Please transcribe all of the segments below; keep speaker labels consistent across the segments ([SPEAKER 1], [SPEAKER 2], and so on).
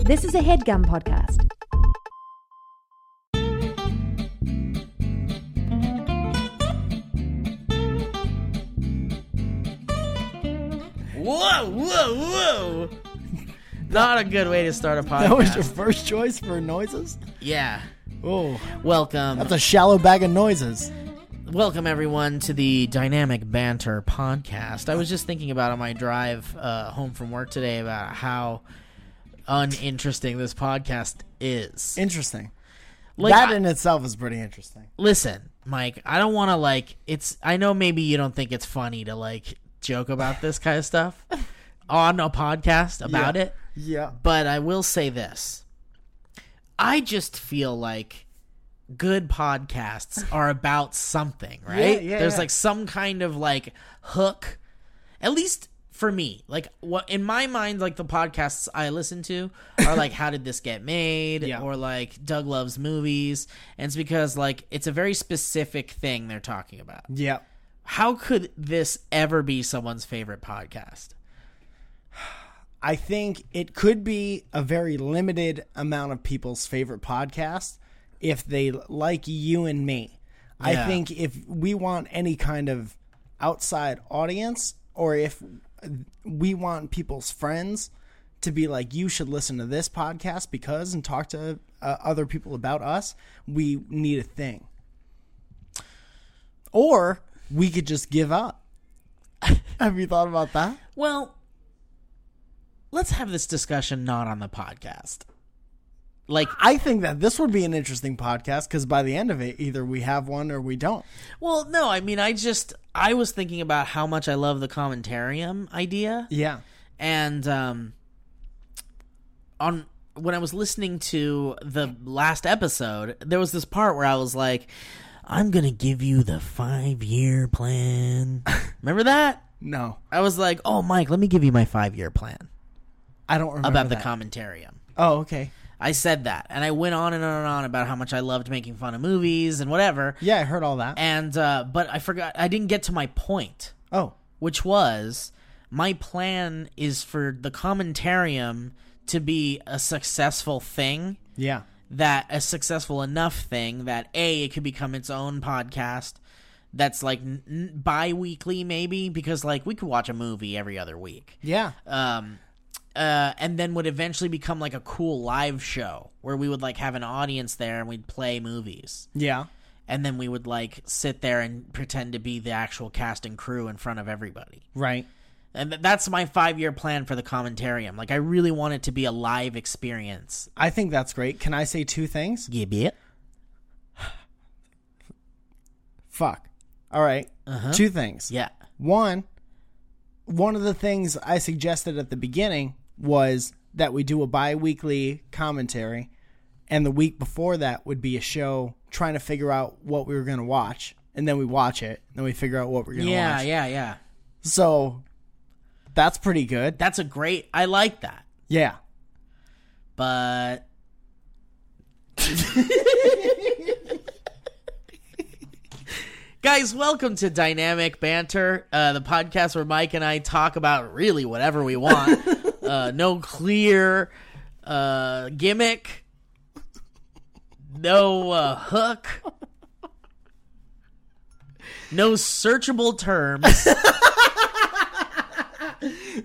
[SPEAKER 1] This is a headgum podcast.
[SPEAKER 2] Whoa, whoa, whoa! Not a good way to start a podcast.
[SPEAKER 3] That was your first choice for noises?
[SPEAKER 2] yeah.
[SPEAKER 3] Oh,
[SPEAKER 2] Welcome,
[SPEAKER 3] that's a shallow bag of noises.
[SPEAKER 2] welcome everyone to the Dynamic Banter podcast. I was just thinking about on my drive uh, home from work today about how uninteresting this podcast is.
[SPEAKER 3] Interesting.
[SPEAKER 2] Like,
[SPEAKER 3] that
[SPEAKER 2] I-
[SPEAKER 3] in itself is pretty interesting.
[SPEAKER 2] listen, Mike, I don't want to like it's I know maybe you don't think it's funny to like joke about this kind of stuff on a podcast about
[SPEAKER 3] Yeah.
[SPEAKER 2] it,
[SPEAKER 3] Yeah.
[SPEAKER 2] but I will say this. I just feel like good podcasts are about something, right?
[SPEAKER 3] yeah,
[SPEAKER 2] There's
[SPEAKER 3] yeah.
[SPEAKER 2] like some kind of like hook. At least for me, like what in my mind, like the podcasts I listen to are like "How did this get made?"
[SPEAKER 3] Yeah.
[SPEAKER 2] or like "Doug loves movies," and it's because like it's a very specific thing they're talking about.
[SPEAKER 3] Yeah.
[SPEAKER 2] How could this ever be someone's favorite podcast?
[SPEAKER 3] I think it could be a very limited amount of people's favorite podcast if they like you and me. I
[SPEAKER 2] Yeah.
[SPEAKER 3] think if we want any kind of outside audience or if we want people's friends to be like you should listen to this podcast because and talk to uh, other people about us, we need a thing. Or we could just give up. Have you thought about that?
[SPEAKER 2] Well, let's have this discussion not on the podcast. Like,
[SPEAKER 3] I think that this would be an interesting podcast because by the end of it, either we have one or we don't.
[SPEAKER 2] well, no, I mean, I just I was thinking about how much I love the commentarium idea,
[SPEAKER 3] Yeah.
[SPEAKER 2] and um, on when I was listening to the last episode, there was this part where I was like, "I'm gonna give you the five year plan." Remember that?
[SPEAKER 3] No,
[SPEAKER 2] I was like, "Oh, Mike, let me give you my five year plan
[SPEAKER 3] I don't remember
[SPEAKER 2] about the
[SPEAKER 3] that.
[SPEAKER 2] commentarium."
[SPEAKER 3] oh, okay.
[SPEAKER 2] I said that, and I went on and on and on about how much I loved making fun of movies and whatever.
[SPEAKER 3] Yeah, I heard all that.
[SPEAKER 2] And uh, but I forgot, I didn't get to my point,
[SPEAKER 3] oh,
[SPEAKER 2] which was my plan is for the commentarium to be a successful thing
[SPEAKER 3] yeah,
[SPEAKER 2] that a successful enough thing that a it could become its own podcast that's like n- n- bi-weekly maybe because like we could watch a movie every other week
[SPEAKER 3] yeah,
[SPEAKER 2] um, uh, and then would eventually become like a cool live show where we would like have an audience there and we'd play movies
[SPEAKER 3] yeah.
[SPEAKER 2] and then we would like sit there and pretend to be the actual cast and crew in front of everybody
[SPEAKER 3] Right.
[SPEAKER 2] and th- that's my five year plan for the commentarium like i really want it to be a live experience
[SPEAKER 3] I think that's great. Can I say two things?
[SPEAKER 2] yeah bit
[SPEAKER 3] Fuck. All right.
[SPEAKER 2] Uh-huh.
[SPEAKER 3] Two things.
[SPEAKER 2] yeah
[SPEAKER 3] One, one of the things I suggested at the beginning was that we do a bi weekly commentary, and the week before that would be a show trying to figure out what we were going to watch, and then we watch it, and then we figure out what we're going to
[SPEAKER 2] yeah
[SPEAKER 3] watch.
[SPEAKER 2] yeah yeah
[SPEAKER 3] So that's pretty good.
[SPEAKER 2] that's a great i like that
[SPEAKER 3] Yeah.
[SPEAKER 2] but guys welcome to dynamic banter uh, the podcast where mike and i talk about really whatever we want uh, no clear uh, gimmick no uh, hook no searchable terms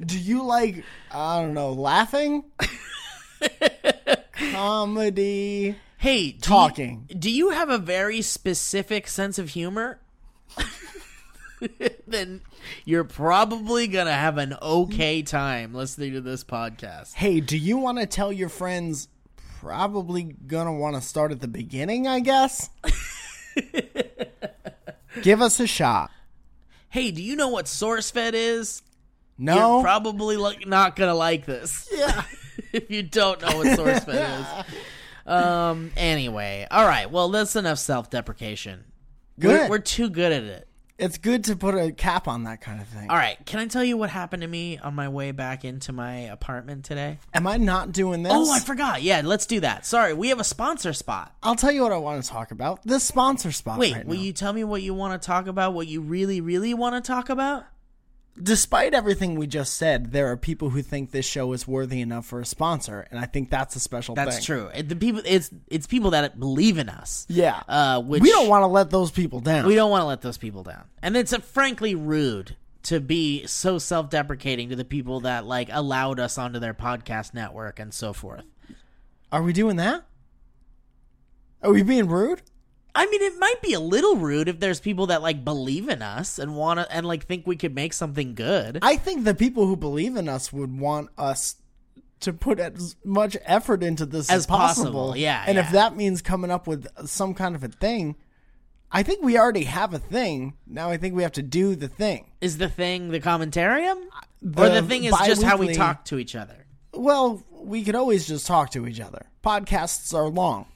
[SPEAKER 3] Do you like I don't know, laughing? Comedy.
[SPEAKER 2] hey do you-
[SPEAKER 3] Talking.
[SPEAKER 2] do you have a very specific sense of humor then you're probably gonna have an okay time listening to this podcast
[SPEAKER 3] Hey, do you want to tell your friends probably going to want to start at the beginning, I guess? Give us a shot.
[SPEAKER 2] hey do you know what SourceFed is
[SPEAKER 3] No.
[SPEAKER 2] you're probably like not gonna like this
[SPEAKER 3] yeah.
[SPEAKER 2] if you don't know what SourceFed is um anyway all right well that's enough self-deprecation We're,
[SPEAKER 3] Good.
[SPEAKER 2] we're too good at it
[SPEAKER 3] It's good to put a cap on that kind of thing.
[SPEAKER 2] all right can i tell you what happened to me on my way back into my apartment today
[SPEAKER 3] Am I not doing this?
[SPEAKER 2] Oh, I forgot. Yeah, let's do that. Sorry, we have a sponsor spot.
[SPEAKER 3] I'll tell you what I want to talk about. This sponsor spot
[SPEAKER 2] Wait,
[SPEAKER 3] right
[SPEAKER 2] will
[SPEAKER 3] now.
[SPEAKER 2] you tell me what you want to talk about? What you really, really want to talk about?
[SPEAKER 3] despite everything we just said, there are people who think this show is worthy enough for a sponsor, and I think that's a special
[SPEAKER 2] That's
[SPEAKER 3] thing.
[SPEAKER 2] true. It- The people, it's it's people that believe in us.
[SPEAKER 3] Yeah.
[SPEAKER 2] Uh, which
[SPEAKER 3] we don't want to let those people down.
[SPEAKER 2] we don't want to let those people down, and it's uh frankly rude to be so self-deprecating to the people that like allowed us onto their podcast network and so forth.
[SPEAKER 3] are we doing that? Are we being rude?
[SPEAKER 2] I mean, it might be a little rude if there's people that like believe in us and want to and like think we could make something good.
[SPEAKER 3] I think the people who believe in us would want us to put as much effort into this
[SPEAKER 2] As
[SPEAKER 3] as, possible.
[SPEAKER 2] possible, yeah,
[SPEAKER 3] And
[SPEAKER 2] yeah.
[SPEAKER 3] if that means coming up with some kind of a thing, I think we already have a thing. Now I think we have to do the thing.
[SPEAKER 2] is the thing the commentarium, or the
[SPEAKER 3] The
[SPEAKER 2] thing is just how we
[SPEAKER 3] bi-weekly-
[SPEAKER 2] talk to each other?
[SPEAKER 3] Well, we could always just talk to each other. Podcasts are long.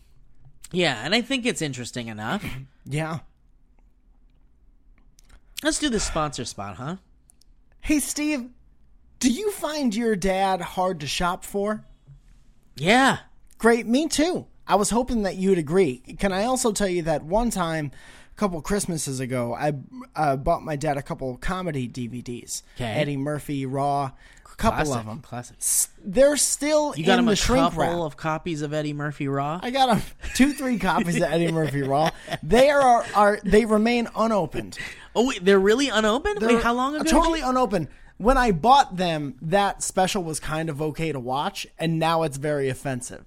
[SPEAKER 2] Yeah, and I think it's interesting enough.
[SPEAKER 3] Yeah.
[SPEAKER 2] Let's do the sponsor spot, huh?
[SPEAKER 3] Hey, Steve, do you find your dad hard to shop for?
[SPEAKER 2] Yeah.
[SPEAKER 3] Great, me too. I was hoping that you'd agree. Can I also tell you that one time, a couple Christmases ago, I uh, bought my dad a couple comedy DVDs.
[SPEAKER 2] 'Kay.
[SPEAKER 3] Eddie Murphy, Raw, a couple
[SPEAKER 2] classic,
[SPEAKER 3] of them.
[SPEAKER 2] Classic.
[SPEAKER 3] They're still
[SPEAKER 2] You got
[SPEAKER 3] in
[SPEAKER 2] him
[SPEAKER 3] the
[SPEAKER 2] a
[SPEAKER 3] shrink
[SPEAKER 2] couple
[SPEAKER 3] wrap.
[SPEAKER 2] of copies of Eddie Murphy Raw.
[SPEAKER 3] I got 'em two, three copies of Eddie Murphy Raw. They are, are they remain unopened.
[SPEAKER 2] Oh, wait, they're really unopened.
[SPEAKER 3] They're
[SPEAKER 2] wait, how long ago? did
[SPEAKER 3] Totally
[SPEAKER 2] you-
[SPEAKER 3] unopened. When I bought them, that special was kind of okay to watch, and now it's very offensive.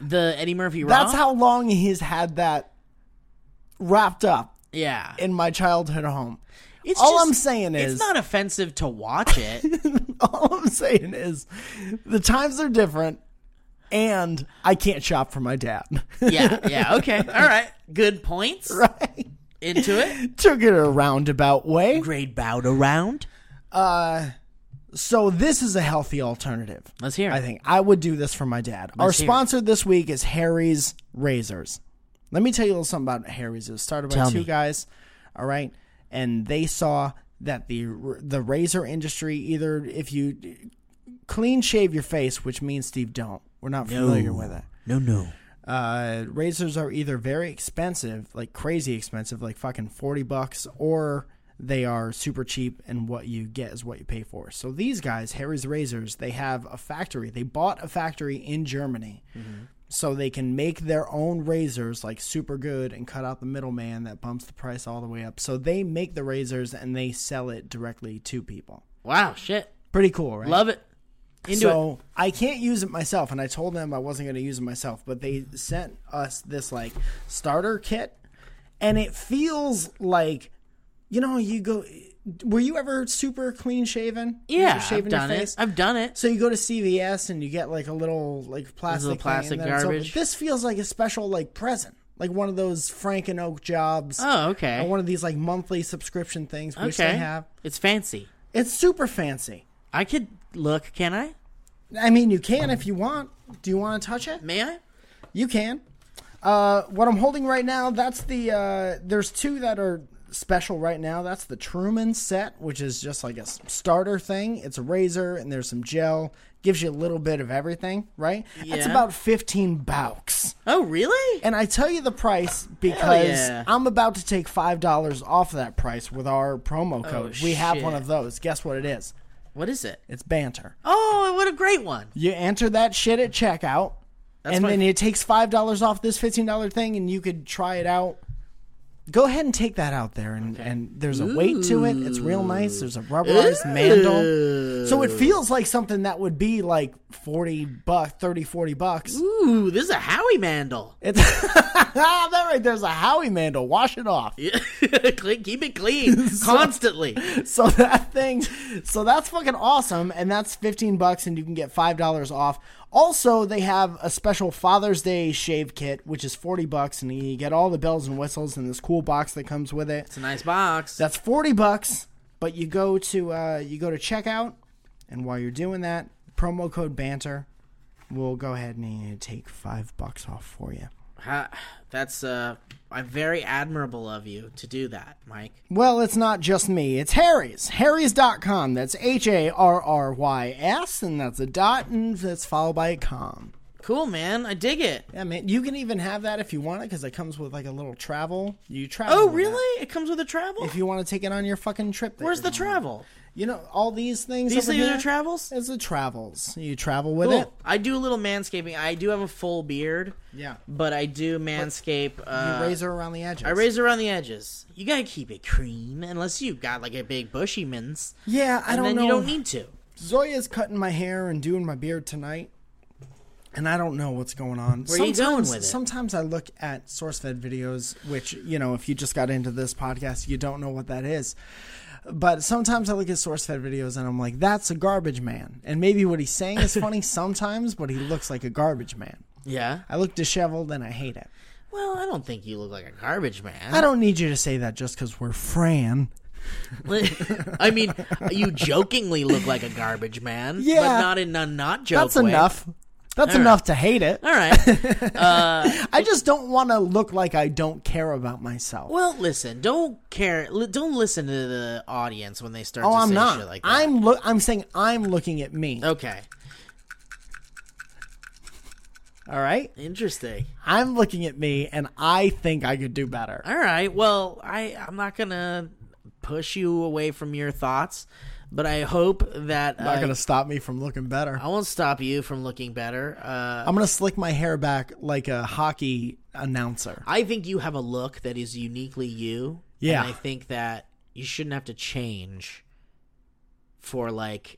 [SPEAKER 2] The Eddie Murphy Raw.
[SPEAKER 3] That's how long he's had that wrapped up
[SPEAKER 2] Yeah.
[SPEAKER 3] in my childhood home.
[SPEAKER 2] It's
[SPEAKER 3] all
[SPEAKER 2] just-
[SPEAKER 3] I'm saying is,
[SPEAKER 2] it's not offensive to watch it.
[SPEAKER 3] all I'm saying is, the times are different, and I can't shop for my dad.
[SPEAKER 2] yeah. Yeah. Okay. All right. Good points.
[SPEAKER 3] right?
[SPEAKER 2] Into it.
[SPEAKER 3] Took it a roundabout way.
[SPEAKER 2] Grade bowed around.
[SPEAKER 3] So this is a healthy alternative.
[SPEAKER 2] Let's hear. It.
[SPEAKER 3] I think I would do this for my dad. Our
[SPEAKER 2] hear it.
[SPEAKER 3] sponsor this week is Harry's Razors. Let me tell you a little something about Harry's. It was started by
[SPEAKER 2] Tell
[SPEAKER 3] two
[SPEAKER 2] me.
[SPEAKER 3] guys, all right, and they saw that the the razor industry either if you clean shave your face, which means Steve don't. We're not familiar with it.
[SPEAKER 2] No. No.
[SPEAKER 3] Uh, razors are either very expensive, like crazy expensive, like fucking forty bucks, or they are super cheap, and what you get is what you pay for. So these guys, Harry's Razors, they have a factory. They bought a factory in Germany, so they can make their own razors, like super good, and cut out the middleman that bumps the price all the way up. So they make the razors and they sell it directly to people.
[SPEAKER 2] Wow. Shit.
[SPEAKER 3] Pretty cool, right?
[SPEAKER 2] Love it. Into it.
[SPEAKER 3] so I can't use it myself, and I told them I wasn't going to use it myself. But they sent us this like starter kit, and it feels like, you know, you go. Were you ever super clean shaven? You
[SPEAKER 2] Yeah.
[SPEAKER 3] were
[SPEAKER 2] I've
[SPEAKER 3] shaving your
[SPEAKER 2] done it.
[SPEAKER 3] face?
[SPEAKER 2] I've done it.
[SPEAKER 3] So you go to CVS and you get like a little like plastic, thing,
[SPEAKER 2] plastic
[SPEAKER 3] and then it's open.
[SPEAKER 2] garbage.
[SPEAKER 3] This feels like a special like present, like one of those Frank and Oak jobs,
[SPEAKER 2] Oh. Okay.
[SPEAKER 3] or one of these like monthly subscription things which
[SPEAKER 2] okay.
[SPEAKER 3] they have.
[SPEAKER 2] It's fancy.
[SPEAKER 3] It's super fancy.
[SPEAKER 2] I could look. Can I?
[SPEAKER 3] I mean, you can
[SPEAKER 2] Um,
[SPEAKER 3] if you want. Do you want to touch it?
[SPEAKER 2] May I?
[SPEAKER 3] You can. Uh, what I'm holding right now, that's the. Uh, there's two that are special right now. That's the Truman set, which is just like a s- starter thing. It's a razor and there's some gel. Gives you a little bit of everything, right? That's
[SPEAKER 2] Yeah.
[SPEAKER 3] about 15 bucks.
[SPEAKER 2] Oh, really?
[SPEAKER 3] And I tell you the price because
[SPEAKER 2] yeah.
[SPEAKER 3] I'm about to take $5 off that price with our promo code. we have one
[SPEAKER 2] Oh, shit.
[SPEAKER 3] of those. Guess what it is?
[SPEAKER 2] What is it?
[SPEAKER 3] It's banter.
[SPEAKER 2] Oh, what a great one.
[SPEAKER 3] You enter that shit at checkout, and
[SPEAKER 2] my-
[SPEAKER 3] then it takes five dollars off this fifteen dollar thing, and you could try it out. Go ahead and take that out there, and, and there's a weight to it. It's real nice. There's a rubberized mandrel, so it feels like something that would be like forty buck, 30, 40 bucks.
[SPEAKER 2] Ooh, this is a Howie Mandel.
[SPEAKER 3] It's that right there's a Howie mandrel. Wash it off.
[SPEAKER 2] Clean- Keep it clean constantly.
[SPEAKER 3] So that thing, so that's fucking awesome, and that's fifteen bucks, and you can get five dollars off. Also, they have a special Father's Day shave kit, which is forty bucks, and you get all the bells and whistles and this cool box that comes with it.
[SPEAKER 2] It's a nice box.
[SPEAKER 3] That's forty bucks, but you go to uh, you go to checkout, and while you're doing that, promo code banter, we'll go ahead and uh, take five bucks off for you.
[SPEAKER 2] Ha- That's uh, I'm very admirable of you to do that, Mike.
[SPEAKER 3] Well, it's not just me. It's Harry's. Harry's.com. That's H A R R Y S, and that's a dot, and that's followed by a com.
[SPEAKER 2] Cool, man. I dig it.
[SPEAKER 3] Yeah, man. You can even have that if you want it, because it comes with like a little travel. You travel.
[SPEAKER 2] Oh,
[SPEAKER 3] with that.
[SPEAKER 2] really? It comes with a travel.
[SPEAKER 3] If you want to take it on your fucking trip. that
[SPEAKER 2] Where's
[SPEAKER 3] you're
[SPEAKER 2] the
[SPEAKER 3] going.
[SPEAKER 2] travel?
[SPEAKER 3] You know, all these things.
[SPEAKER 2] These
[SPEAKER 3] over
[SPEAKER 2] things
[SPEAKER 3] here
[SPEAKER 2] are travels.
[SPEAKER 3] is the travels. You travel with it.
[SPEAKER 2] Cool. I do a little manscaping. I do have a full beard,
[SPEAKER 3] Yeah.
[SPEAKER 2] but I do manscape.
[SPEAKER 3] You
[SPEAKER 2] Uh,
[SPEAKER 3] razor around the edges.
[SPEAKER 2] I raise around the edges. You gotta keep it clean, unless you got like a big bushy mince.
[SPEAKER 3] Yeah, I
[SPEAKER 2] And
[SPEAKER 3] don't
[SPEAKER 2] then
[SPEAKER 3] know.
[SPEAKER 2] you don't need to.
[SPEAKER 3] Zoya's cutting my hair and doing my beard tonight, and I don't know what's going on.
[SPEAKER 2] Where you going with it?
[SPEAKER 3] Sometimes I look at SourceFed videos, which you know, if you just got into this podcast, you don't know what that is. But sometimes I look at SourceFed videos and I'm like, "That's a garbage man," and maybe what he's saying is funny sometimes, but he looks like a garbage man.
[SPEAKER 2] Yeah.
[SPEAKER 3] I look disheveled and I hate it.
[SPEAKER 2] Well, I don't think you look like a garbage man.
[SPEAKER 3] I don't need you to say that just because we're Fran.
[SPEAKER 2] I mean, you jokingly look like a garbage man,
[SPEAKER 3] Yeah.
[SPEAKER 2] but not in a not joke
[SPEAKER 3] That's
[SPEAKER 2] way.
[SPEAKER 3] enough. That's
[SPEAKER 2] All
[SPEAKER 3] enough to hate it.
[SPEAKER 2] All right. Uh,
[SPEAKER 3] I just don't want to look like I don't care about myself.
[SPEAKER 2] Well, listen. Don't care. li- Don't listen to the audience when they start.
[SPEAKER 3] Oh,
[SPEAKER 2] to
[SPEAKER 3] I'm
[SPEAKER 2] say
[SPEAKER 3] not.
[SPEAKER 2] Shit like that.
[SPEAKER 3] I'm look. I'm saying I'm looking at me.
[SPEAKER 2] okay.
[SPEAKER 3] All right.
[SPEAKER 2] Interesting.
[SPEAKER 3] I'm looking at me, and I think I could do better.
[SPEAKER 2] All right. Well, I I'm not gonna push you away from your thoughts, but I hope that
[SPEAKER 3] Not
[SPEAKER 2] uh,
[SPEAKER 3] gonna stop me from looking better.
[SPEAKER 2] I won't stop you from looking better. Uh,
[SPEAKER 3] I'm gonna slick my hair back like a hockey announcer.
[SPEAKER 2] I think you have a look that is uniquely you.
[SPEAKER 3] Yeah.
[SPEAKER 2] And I think that you shouldn't have to change for like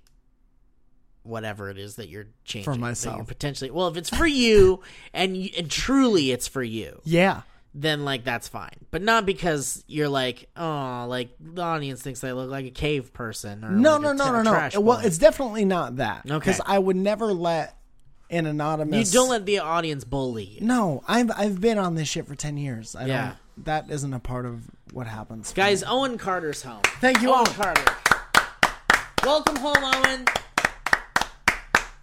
[SPEAKER 2] whatever it is that you're changing that you're
[SPEAKER 3] myself.
[SPEAKER 2] potentially. Well, if it's for you and you, and truly it's for you,
[SPEAKER 3] Yeah.
[SPEAKER 2] then like that's fine. But not because you're like, oh, like the audience thinks I look like a cave person or like
[SPEAKER 3] No,
[SPEAKER 2] a
[SPEAKER 3] no,
[SPEAKER 2] t-
[SPEAKER 3] no, no,
[SPEAKER 2] a
[SPEAKER 3] no.
[SPEAKER 2] trash
[SPEAKER 3] Well,
[SPEAKER 2] boy.
[SPEAKER 3] it's definitely not that.
[SPEAKER 2] Okay.
[SPEAKER 3] Because I would never let an
[SPEAKER 2] you
[SPEAKER 3] anonymous.
[SPEAKER 2] don't let the audience bully you.
[SPEAKER 3] No, I've I've been on this shit for ten years. I
[SPEAKER 2] Yeah.
[SPEAKER 3] Don't, that isn't a part of what happens. for
[SPEAKER 2] Guys, oh. Owen Carter's home.
[SPEAKER 3] Thank you,
[SPEAKER 2] Owen
[SPEAKER 3] Owen.
[SPEAKER 2] Carter. Welcome home, Owen.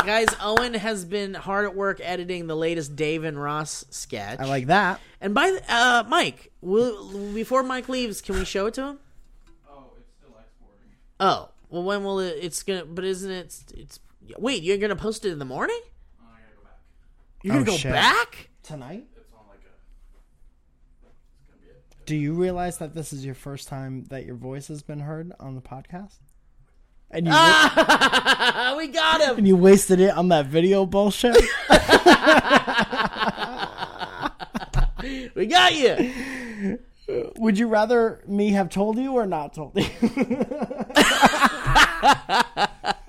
[SPEAKER 2] Guys, Owen has been hard at work editing the latest Dave and Ross sketch.
[SPEAKER 3] me. I like that.
[SPEAKER 2] And by the, uh, Mike, will, before Mike leaves, can we show it to him?
[SPEAKER 1] Oh, it's still exporting.
[SPEAKER 2] Oh, well, when will it? It's gonna. But isn't it? It's. wait, you're gonna post it in the morning?
[SPEAKER 1] Oh, I gotta go back.
[SPEAKER 2] You're gonna
[SPEAKER 3] Oh,
[SPEAKER 2] go
[SPEAKER 3] shit.
[SPEAKER 2] back?
[SPEAKER 3] Tonight.
[SPEAKER 1] It's on like a. It's gonna be a.
[SPEAKER 3] Do you realize that this is your first time that your voice has been heard on the podcast? And you, wa-
[SPEAKER 2] Uh, we got him.
[SPEAKER 3] and you wasted it on that video bullshit?
[SPEAKER 2] We got you.
[SPEAKER 3] Would you rather me have told you or not told you?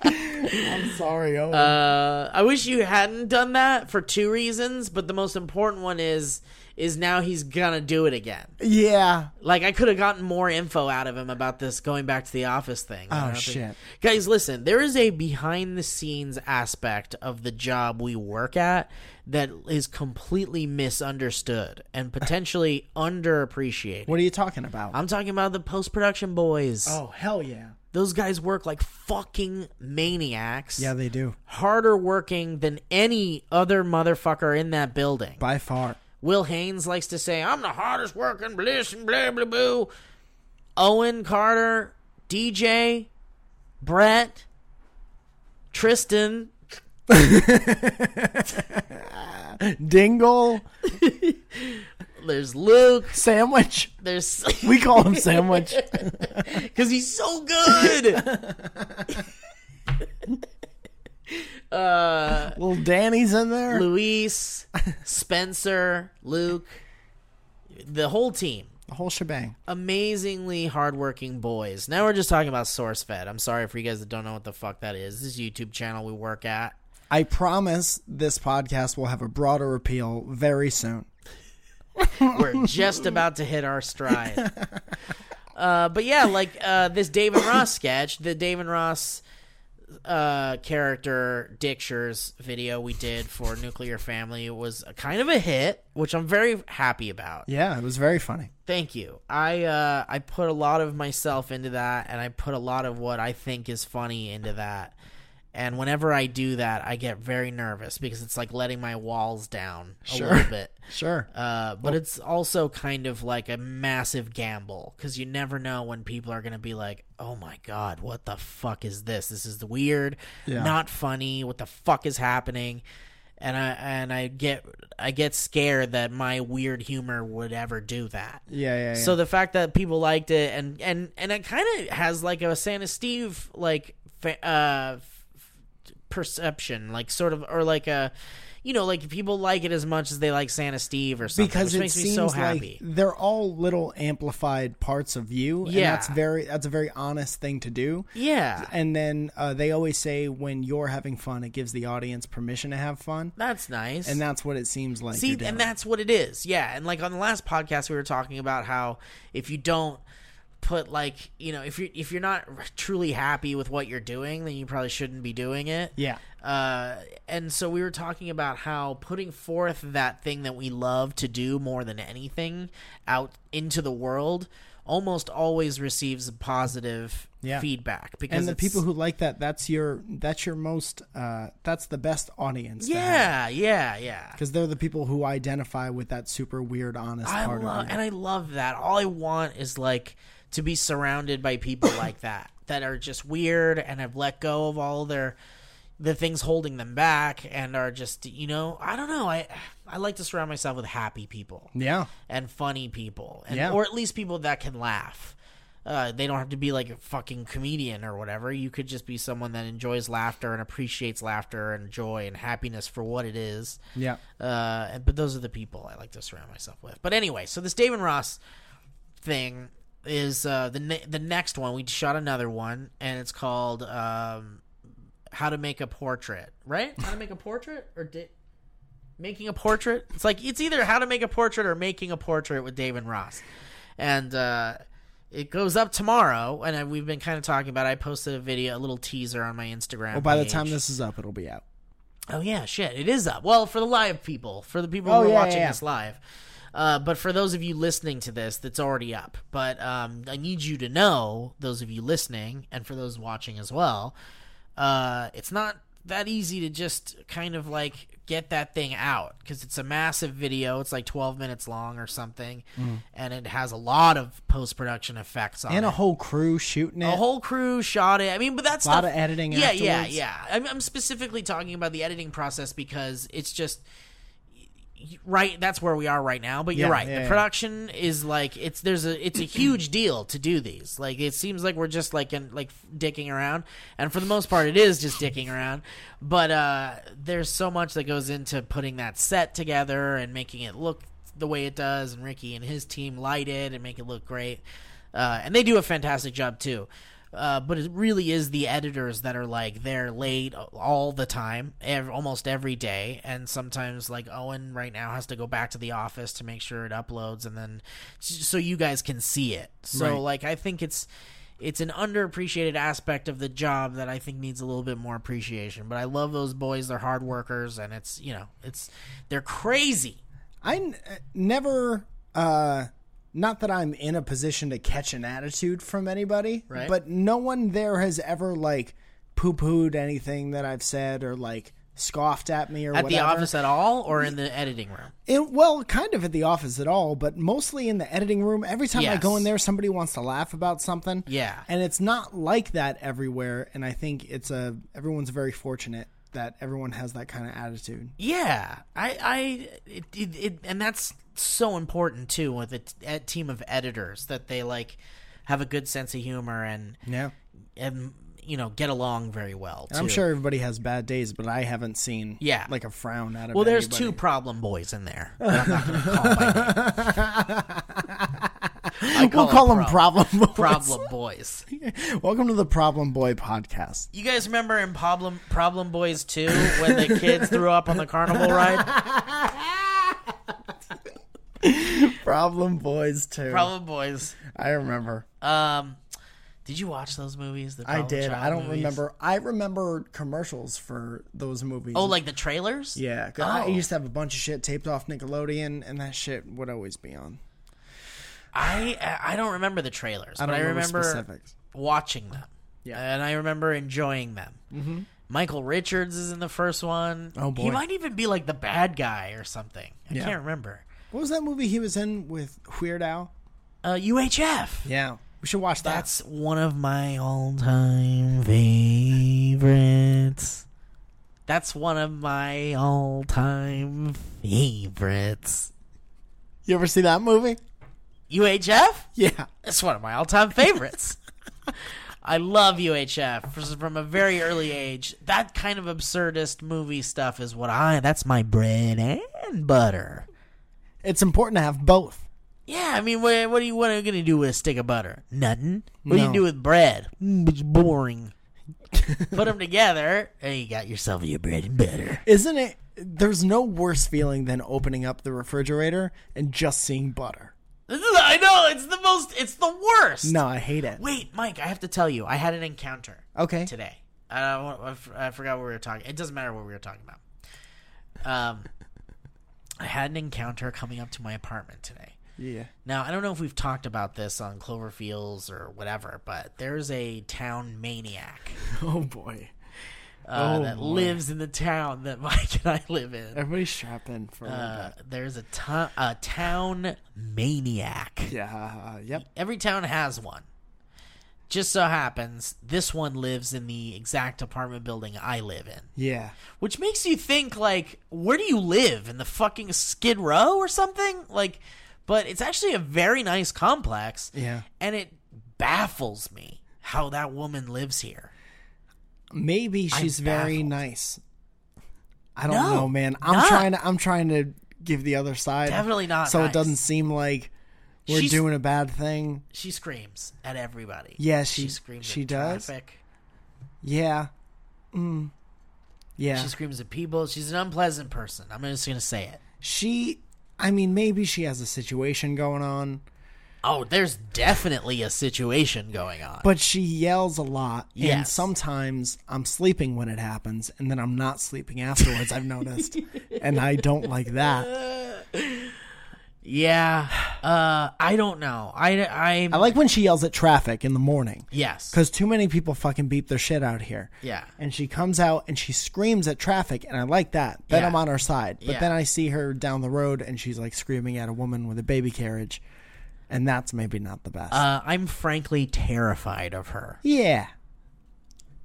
[SPEAKER 3] I'm sorry, Owen.
[SPEAKER 2] Uh, I wish you hadn't done that for two reasons, but the most important one is is now he's gonna do it again.
[SPEAKER 3] yeah.
[SPEAKER 2] Like I could have gotten more info out of him about this going back to the office thing. I
[SPEAKER 3] Oh,
[SPEAKER 2] don't think-
[SPEAKER 3] shit.
[SPEAKER 2] Guys, listen, there is a behind the scenes aspect of the job we work at that is completely misunderstood and potentially underappreciated.
[SPEAKER 3] What are you talking about?
[SPEAKER 2] I'm talking about the post production boys.
[SPEAKER 3] oh, hell yeah.
[SPEAKER 2] Those guys work like fucking maniacs
[SPEAKER 3] Yeah, they do.
[SPEAKER 2] harder working than any other motherfucker in that building.
[SPEAKER 3] By far.
[SPEAKER 2] Will Haynes likes to say, I'm the hardest working, bliss and blah, blah, boo. Owen Carter, DJ, Brett, Tristan,
[SPEAKER 3] Dingle,
[SPEAKER 2] there's Luke,
[SPEAKER 3] sandwich.
[SPEAKER 2] there's.
[SPEAKER 3] We call him sandwich.
[SPEAKER 2] Because he's so good.
[SPEAKER 3] Little Danny's in there.
[SPEAKER 2] Luis, Spencer, Luke, the whole team.
[SPEAKER 3] The whole shebang.
[SPEAKER 2] amazingly hardworking boys. Now we're just talking about SourceFed. I'm sorry for you guys that don't know what the fuck that is. This is a YouTube channel we work at.
[SPEAKER 3] I promise this podcast will have a broader appeal very soon.
[SPEAKER 2] We're just about to hit our stride. Uh, but yeah, like uh, this Dave and Ross sketch, the Dave and Ross uh, character Dictures video we did for Nuclear Family was a kind of a hit, which I'm very happy about.
[SPEAKER 3] Yeah, it was very funny.
[SPEAKER 2] Thank you. I uh, I put a lot of myself into that, and I put a lot of what I think is funny into that. And whenever I do that, I get very nervous because it's like letting my walls down a
[SPEAKER 3] Sure.
[SPEAKER 2] little bit.
[SPEAKER 3] Sure.
[SPEAKER 2] Uh, but it's also kind of like a massive gamble because you never know when people are going to be like, "Oh my god, what the fuck is this? This is weird,
[SPEAKER 3] Yeah.
[SPEAKER 2] not funny. What the fuck is happening?" and I and I get I get scared that my weird humor would ever do that.
[SPEAKER 3] Yeah, yeah, yeah.
[SPEAKER 2] So the fact that people liked it and and and it kind of has like a Santa Steve like fa- uh f- perception, like sort of or like a you know like people like it as much as they like Santa Steve or something,
[SPEAKER 3] because
[SPEAKER 2] which
[SPEAKER 3] it
[SPEAKER 2] makes
[SPEAKER 3] seems
[SPEAKER 2] me so
[SPEAKER 3] like
[SPEAKER 2] happy.
[SPEAKER 3] they're all little amplified parts of you. and
[SPEAKER 2] Yeah.
[SPEAKER 3] that's very that's a very honest thing to do.
[SPEAKER 2] yeah,
[SPEAKER 3] And then uh, they always say when you're having fun, it gives the audience permission to have fun,
[SPEAKER 2] that's nice.
[SPEAKER 3] and that's what it seems like.
[SPEAKER 2] See,
[SPEAKER 3] you're doing.
[SPEAKER 2] and that's what it is. Yeah, and like on the last podcast, we were talking about how if you don't put like you know if you are if you're not truly happy with what you're doing, then you probably shouldn't be doing it.
[SPEAKER 3] yeah,
[SPEAKER 2] Uh, and so we were talking about how putting forth that thing that we love to do more than anything out into the world almost always receives positive
[SPEAKER 3] Yeah.
[SPEAKER 2] feedback because
[SPEAKER 3] and the
[SPEAKER 2] it's-
[SPEAKER 3] people who like that that's your that's your most uh, that's the best audience.
[SPEAKER 2] yeah yeah yeah
[SPEAKER 3] because they're the people who identify with that super weird honest
[SPEAKER 2] I
[SPEAKER 3] part
[SPEAKER 2] love
[SPEAKER 3] of you.
[SPEAKER 2] and I love that. All I want is like to be surrounded by people like that that are just weird and have let go of all their the things holding them back and are just you know I don't know I I like to surround myself with happy people
[SPEAKER 3] Yeah,
[SPEAKER 2] and funny people and,
[SPEAKER 3] Yeah.
[SPEAKER 2] or at least people that can laugh. Uh, they don't have to be like a fucking comedian or whatever. You could just be someone that enjoys laughter and appreciates laughter and joy and happiness for what it is.
[SPEAKER 3] yeah.
[SPEAKER 2] Uh, and- but those are the people I like to surround myself with. But anyway, so this Damon Ross thing is uh, the ne- the next one. We shot another one, and it's called um, "How to Make a Portrait." Right? How to make a portrait, or di- making a portrait? It's like it's either "How to Make a Portrait" or "Making a Portrait" with Damon Ross, and. Uh, it goes up tomorrow, and I, we've been kind of talking about. It. I posted a video, a little teaser on my Instagram.
[SPEAKER 3] Well, Oh, by the time
[SPEAKER 2] page.
[SPEAKER 3] this is up, it'll be out.
[SPEAKER 2] Oh yeah, shit, it is up. Well, for the live people, for the people
[SPEAKER 3] Oh,
[SPEAKER 2] who are
[SPEAKER 3] yeah,
[SPEAKER 2] watching
[SPEAKER 3] yeah, yeah.
[SPEAKER 2] this live. Uh, but for those of you listening to this, that's already up. But um, I need you to know, those of you listening, and for those watching as well, uh, it's not that easy to just kind of like get that thing out because it's a massive video. It's like 12 minutes long or something, and it has a lot of post production effects on
[SPEAKER 3] Mm. And
[SPEAKER 2] it.
[SPEAKER 3] a whole crew shooting it.
[SPEAKER 2] The whole crew shot it. I mean, but that's
[SPEAKER 3] Lot of editing
[SPEAKER 2] Yeah, yeah,
[SPEAKER 3] afterwards.
[SPEAKER 2] yeah. I'm, I'm specifically talking about the editing process because it's just y- y- right. That's where we are right now. But you're
[SPEAKER 3] Yeah,
[SPEAKER 2] right.
[SPEAKER 3] yeah,
[SPEAKER 2] the
[SPEAKER 3] yeah.
[SPEAKER 2] production is like it's there's a it's a huge deal to do these. Like it seems like we're just like in, like dicking around, and for the most part, it is just dicking around. But uh, there's so much that goes into putting that set together and making it look the way it does, and Ricky and his team light it and make it look great uh, and they do a fantastic job too. Uh, but it really is the editors that are like they're late all the time, ev- almost every day, and sometimes like Owen right now has to go back to the office to make sure it uploads, and then s- so you guys can see it. So
[SPEAKER 3] Right.
[SPEAKER 2] like I think it's it's an underappreciated aspect of the job that I think needs a little bit more appreciation. But I love those boys; they're hard workers, and it's you know it's they're crazy.
[SPEAKER 3] I n- never, uh, not that I'm in a position to catch an attitude from anybody,
[SPEAKER 2] Right.
[SPEAKER 3] but no one there has ever like poo pooed anything that I've said or like scoffed at me or
[SPEAKER 2] At the
[SPEAKER 3] whatever.
[SPEAKER 2] office at all, or in the editing room?
[SPEAKER 3] It, well, kind of at the office at all, but mostly in the editing room. Every time I go
[SPEAKER 2] Yes.
[SPEAKER 3] in there, somebody wants to laugh about something.
[SPEAKER 2] Yeah.
[SPEAKER 3] And it's not like that everywhere. And I think it's a, everyone's very fortunate that everyone has that kind of attitude.
[SPEAKER 2] Yeah, I, I, it, it, it, and that's so important too with a, t- a team of editors that they like have a good sense of humor and
[SPEAKER 3] Yeah.
[SPEAKER 2] and you know get along very well. Too.
[SPEAKER 3] I'm sure everybody has bad days, but I haven't seen
[SPEAKER 2] Yeah.
[SPEAKER 3] like a frown out of
[SPEAKER 2] Well, there's
[SPEAKER 3] anybody.
[SPEAKER 2] two problem boys in there. that I'm not gonna call by name. I
[SPEAKER 3] We'll call them
[SPEAKER 2] prob-
[SPEAKER 3] problem boys.
[SPEAKER 2] problem boys.
[SPEAKER 3] Welcome to the Problem Boy podcast.
[SPEAKER 2] You guys remember in Problem Problem Boys 2 when the kids threw up on the carnival ride?
[SPEAKER 3] Problem Boys too.
[SPEAKER 2] Problem Boys.
[SPEAKER 3] I remember.
[SPEAKER 2] Um, did you watch those movies? The
[SPEAKER 3] I
[SPEAKER 2] Problem
[SPEAKER 3] did.
[SPEAKER 2] Child
[SPEAKER 3] I don't
[SPEAKER 2] movies?
[SPEAKER 3] remember. I remember commercials for those movies.
[SPEAKER 2] Oh, like the trailers?
[SPEAKER 3] yeah. 'cause I
[SPEAKER 2] Oh.
[SPEAKER 3] used to have a bunch of shit taped off Nickelodeon, and that shit would always be on.
[SPEAKER 2] I I don't remember the trailers,
[SPEAKER 3] I
[SPEAKER 2] but
[SPEAKER 3] don't
[SPEAKER 2] I
[SPEAKER 3] remember,
[SPEAKER 2] remember
[SPEAKER 3] specifics.
[SPEAKER 2] watching them.
[SPEAKER 3] Yeah.
[SPEAKER 2] and I remember enjoying them. Mm-hmm. Michael Richards is in the first one.
[SPEAKER 3] Oh, boy.
[SPEAKER 2] he might even be like the bad guy or something. I
[SPEAKER 3] Yeah.
[SPEAKER 2] can't remember.
[SPEAKER 3] What was that movie he was in with Weird Al?
[SPEAKER 2] Uh, UHF.
[SPEAKER 3] Yeah, we should watch that.
[SPEAKER 2] That's one of my all-time favorites. That's one of my all time favorites.
[SPEAKER 3] You ever see that movie?
[SPEAKER 2] UHF?
[SPEAKER 3] Yeah.
[SPEAKER 2] It's one of my all time favorites. I love UHF for- from a very early age. That kind of absurdist movie stuff is what I, that's my bread and butter.
[SPEAKER 3] It's important to have both.
[SPEAKER 2] Yeah, I mean, what, what, are, you, what are you gonna do with a stick of butter? Nothing. What do you
[SPEAKER 3] No.
[SPEAKER 2] do with bread? Mm, it's boring. Put them together, and you got yourself your bread and butter.
[SPEAKER 3] Isn't it? There's no worse feeling than opening up the refrigerator and just seeing butter.
[SPEAKER 2] This is, I know it's the most, it's the worst.
[SPEAKER 3] No, I hate it.
[SPEAKER 2] Wait, Mike, I have to tell you, I had an encounter
[SPEAKER 3] Okay.
[SPEAKER 2] today. I, don't want- I, f- I forgot what we were talking. It doesn't matter what we were talking about. Um, I had an encounter coming up to my apartment today.
[SPEAKER 3] Yeah.
[SPEAKER 2] Now, I don't know if we've talked about this on Cloverfields or whatever, but there's a town maniac
[SPEAKER 3] Oh boy.
[SPEAKER 2] uh,
[SPEAKER 3] Oh,
[SPEAKER 2] that
[SPEAKER 3] boy.
[SPEAKER 2] lives in the town that Mike and I live in.
[SPEAKER 3] Everybody's shopping for
[SPEAKER 2] Uh, there's a, to- a town maniac.
[SPEAKER 3] Yeah. Yep.
[SPEAKER 2] Every town has one. Just so happens, this one lives in the exact apartment building I live in.
[SPEAKER 3] Yeah.
[SPEAKER 2] Which makes you think, like, where do you live? In the fucking Skid Row or something? Like, but it's actually a very nice complex.
[SPEAKER 3] Yeah.
[SPEAKER 2] And it baffles me how that woman lives here.
[SPEAKER 3] Maybe she's very
[SPEAKER 2] baffled.
[SPEAKER 3] nice. I don't
[SPEAKER 2] No,
[SPEAKER 3] know, man. I'm
[SPEAKER 2] not.
[SPEAKER 3] trying to I'm trying to give the other side.
[SPEAKER 2] Definitely not
[SPEAKER 3] So
[SPEAKER 2] nice.
[SPEAKER 3] it doesn't seem like we're
[SPEAKER 2] She's-
[SPEAKER 3] doing a bad thing.
[SPEAKER 2] She screams at everybody.
[SPEAKER 3] Yeah, she-
[SPEAKER 2] screams
[SPEAKER 3] she
[SPEAKER 2] at
[SPEAKER 3] does?
[SPEAKER 2] traffic.
[SPEAKER 3] Yeah. Mm. Yeah.
[SPEAKER 2] She screams at people. She's an unpleasant person. I'm just going to say it.
[SPEAKER 3] she I mean, maybe she has a situation going on,
[SPEAKER 2] Oh, there's definitely a situation going on.
[SPEAKER 3] but she yells a lot. And
[SPEAKER 2] Yes.
[SPEAKER 3] sometimes I'm sleeping when it happens, and then I'm not sleeping afterwards, I've noticed. And I don't like that.
[SPEAKER 2] Yeah. Uh, I don't know. I, I,
[SPEAKER 3] I like when she yells at traffic in the morning.
[SPEAKER 2] yes.
[SPEAKER 3] Because too many people fucking beep their shit out here.
[SPEAKER 2] Yeah.
[SPEAKER 3] And she comes out and she screams at traffic, and I like that. Then
[SPEAKER 2] Yeah.
[SPEAKER 3] I'm on her side. But
[SPEAKER 2] Yeah.
[SPEAKER 3] then I see her down the road and she's like screaming at a woman with a baby carriage, and that's maybe not the best.
[SPEAKER 2] Uh, I'm frankly terrified of her.
[SPEAKER 3] yeah.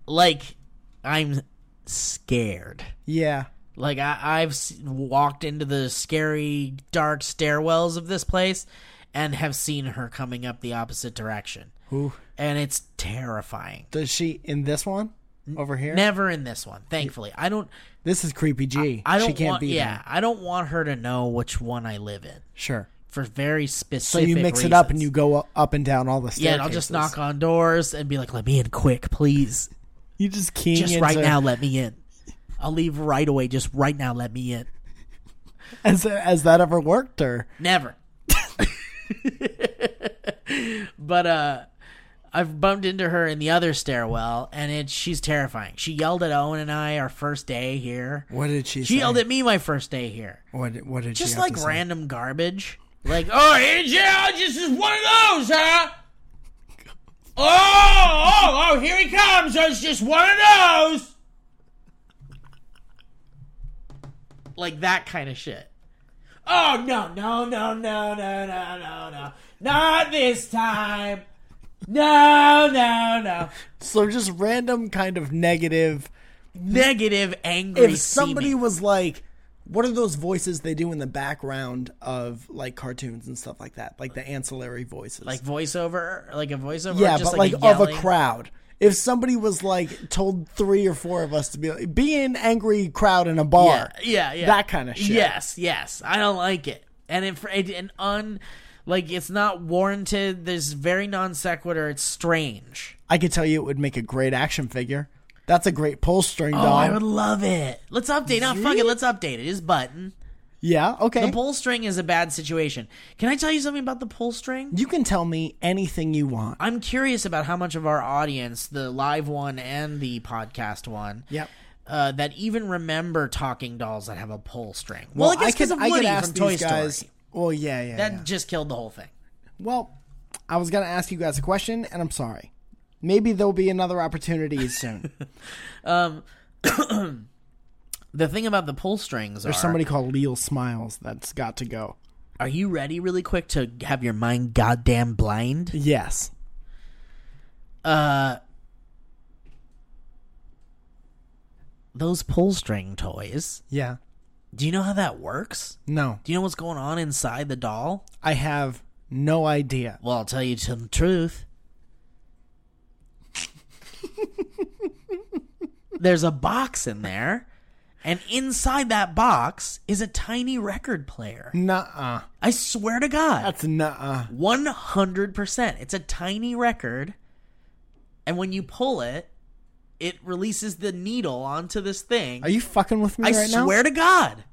[SPEAKER 2] Like, I'm scared.
[SPEAKER 3] Yeah.
[SPEAKER 2] Like, I, I've s- walked into the scary, dark stairwells of this place and have seen her coming up the opposite direction.
[SPEAKER 3] Ooh.
[SPEAKER 2] And it's terrifying.
[SPEAKER 3] Does she in this one over here?
[SPEAKER 2] Never in this one, thankfully. I don't.
[SPEAKER 3] this is creepy G.
[SPEAKER 2] I don't
[SPEAKER 3] she can't
[SPEAKER 2] want.
[SPEAKER 3] be
[SPEAKER 2] Yeah, I don't want her to know which one I live in
[SPEAKER 3] Sure.
[SPEAKER 2] for very specific.
[SPEAKER 3] So you mix it up and
[SPEAKER 2] reasons.
[SPEAKER 3] you go u- up and down all the staircases.
[SPEAKER 2] Yeah, and I'll just knock on doors and be like, "Let me in, quick, please,
[SPEAKER 3] You just keying
[SPEAKER 2] just
[SPEAKER 3] into-
[SPEAKER 2] right now, let me in." I'll leave right away, just right now, let me in.
[SPEAKER 3] Has, has that ever worked or?
[SPEAKER 2] Never. but uh, I've bumped into her in the other stairwell, and it she's terrifying. She yelled at Owen and I our first day here.
[SPEAKER 3] What did she?
[SPEAKER 2] She
[SPEAKER 3] say?
[SPEAKER 2] yelled at me my first day here.
[SPEAKER 3] What? What did she?
[SPEAKER 2] just
[SPEAKER 3] have
[SPEAKER 2] like
[SPEAKER 3] to say?
[SPEAKER 2] random garbage. Like, oh, here's yeah, this is one of those, huh? Oh, oh, oh, here he comes. Oh, It's just one of those. Like that kind of shit. Oh, no, no, no, no, no, no, no, no. Not this time. No, no, no.
[SPEAKER 3] So just random kind of negative.
[SPEAKER 2] Negative, angry.
[SPEAKER 3] If somebody
[SPEAKER 2] seeming.
[SPEAKER 3] was like, what are those voices they do in the background of like cartoons and stuff like that, like the ancillary voices,
[SPEAKER 2] Like voiceover, like a voiceover.
[SPEAKER 3] yeah,
[SPEAKER 2] just
[SPEAKER 3] but like, of a
[SPEAKER 2] yelling?
[SPEAKER 3] crowd. If somebody was like told three or four of us to be like, be an angry crowd in a bar,
[SPEAKER 2] Yeah, yeah, yeah.
[SPEAKER 3] that kind of shit.
[SPEAKER 2] Yes, yes. I don't like it, and if it, and un, like it's not warranted. There's very non sequitur. It's strange.
[SPEAKER 3] I could tell you it would make a great action figure. That's a great pull string
[SPEAKER 2] Oh, I
[SPEAKER 3] dog.
[SPEAKER 2] would love it. Let's update. No, fuck it. Let's update it. Just button.
[SPEAKER 3] yeah, okay.
[SPEAKER 2] The pull string is a bad situation. Can I tell you something about the pull string?
[SPEAKER 3] you can tell me anything you want.
[SPEAKER 2] I'm curious about how much of our audience, the live one and the podcast one,
[SPEAKER 3] Yep.
[SPEAKER 2] uh, that even remember talking dolls that have a pull string. Well, I guess
[SPEAKER 3] could-
[SPEAKER 2] because of
[SPEAKER 3] could
[SPEAKER 2] Woody from
[SPEAKER 3] ask these
[SPEAKER 2] Toy
[SPEAKER 3] guys-
[SPEAKER 2] Story.
[SPEAKER 3] Well, yeah, yeah.
[SPEAKER 2] That
[SPEAKER 3] yeah.
[SPEAKER 2] just killed the whole thing.
[SPEAKER 3] Well, I was going to ask you guys a question, and I'm sorry. Maybe there'll be another opportunity soon.
[SPEAKER 2] The thing about the pull strings are
[SPEAKER 3] There's somebody called Leal Smiles that's got to go.
[SPEAKER 2] Are you ready really quick to have your mind goddamn blind?
[SPEAKER 3] Yes.
[SPEAKER 2] Uh those pull string toys.
[SPEAKER 3] Yeah.
[SPEAKER 2] Do you know how that works?
[SPEAKER 3] No,
[SPEAKER 2] Do you know what's going on inside the doll?
[SPEAKER 3] I have no idea.
[SPEAKER 2] Well, I'll tell you some truth. There's a box in there, and inside that box is a tiny record player.
[SPEAKER 3] Nuh-uh.
[SPEAKER 2] I swear to God.
[SPEAKER 3] That's nuh-uh.
[SPEAKER 2] 100%. It's a tiny record. And when you pull it, it releases the needle onto this thing.
[SPEAKER 3] Are you fucking with me
[SPEAKER 2] I
[SPEAKER 3] right now?
[SPEAKER 2] swear to God.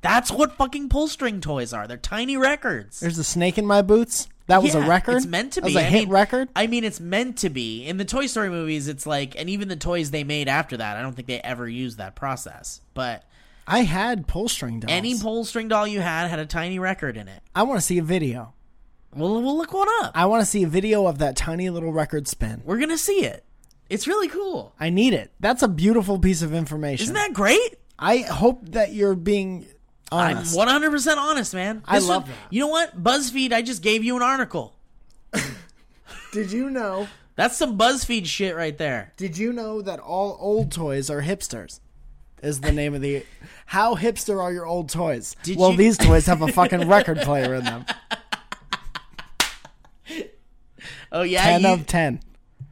[SPEAKER 2] That's what fucking pull string toys are. They're tiny records.
[SPEAKER 3] There's a snake in my boots. That was
[SPEAKER 2] Yeah,
[SPEAKER 3] a record.
[SPEAKER 2] It's meant to
[SPEAKER 3] That
[SPEAKER 2] be.
[SPEAKER 3] was a
[SPEAKER 2] I
[SPEAKER 3] hit
[SPEAKER 2] mean-
[SPEAKER 3] record.
[SPEAKER 2] I mean, it's meant to be. In the Toy Story movies, it's like, and even the toys they made after that, I don't think they ever used that process. But
[SPEAKER 3] I had pull string dolls.
[SPEAKER 2] any pull string doll you had had a tiny record in it.
[SPEAKER 3] I want to see a video.
[SPEAKER 2] Well, we'll look one up.
[SPEAKER 3] I want to see a video of that tiny little record spin.
[SPEAKER 2] We're gonna see it. It's really cool.
[SPEAKER 3] I need it. That's a beautiful piece of information.
[SPEAKER 2] Isn't that great?
[SPEAKER 3] I hope that you're being honest.
[SPEAKER 2] I'm 100 percent honest, man.
[SPEAKER 3] I
[SPEAKER 2] This
[SPEAKER 3] love
[SPEAKER 2] one-
[SPEAKER 3] that.
[SPEAKER 2] You know what? BuzzFeed, I just gave you an article.
[SPEAKER 3] Did you know?
[SPEAKER 2] That's some BuzzFeed shit right there.
[SPEAKER 3] Did you know that all old toys are hipsters? Is the name of the how hipster are your old toys?
[SPEAKER 2] Did
[SPEAKER 3] well,
[SPEAKER 2] you-
[SPEAKER 3] these toys have a fucking record player in them.
[SPEAKER 2] Oh yeah,
[SPEAKER 3] Ten
[SPEAKER 2] you-
[SPEAKER 3] of ten.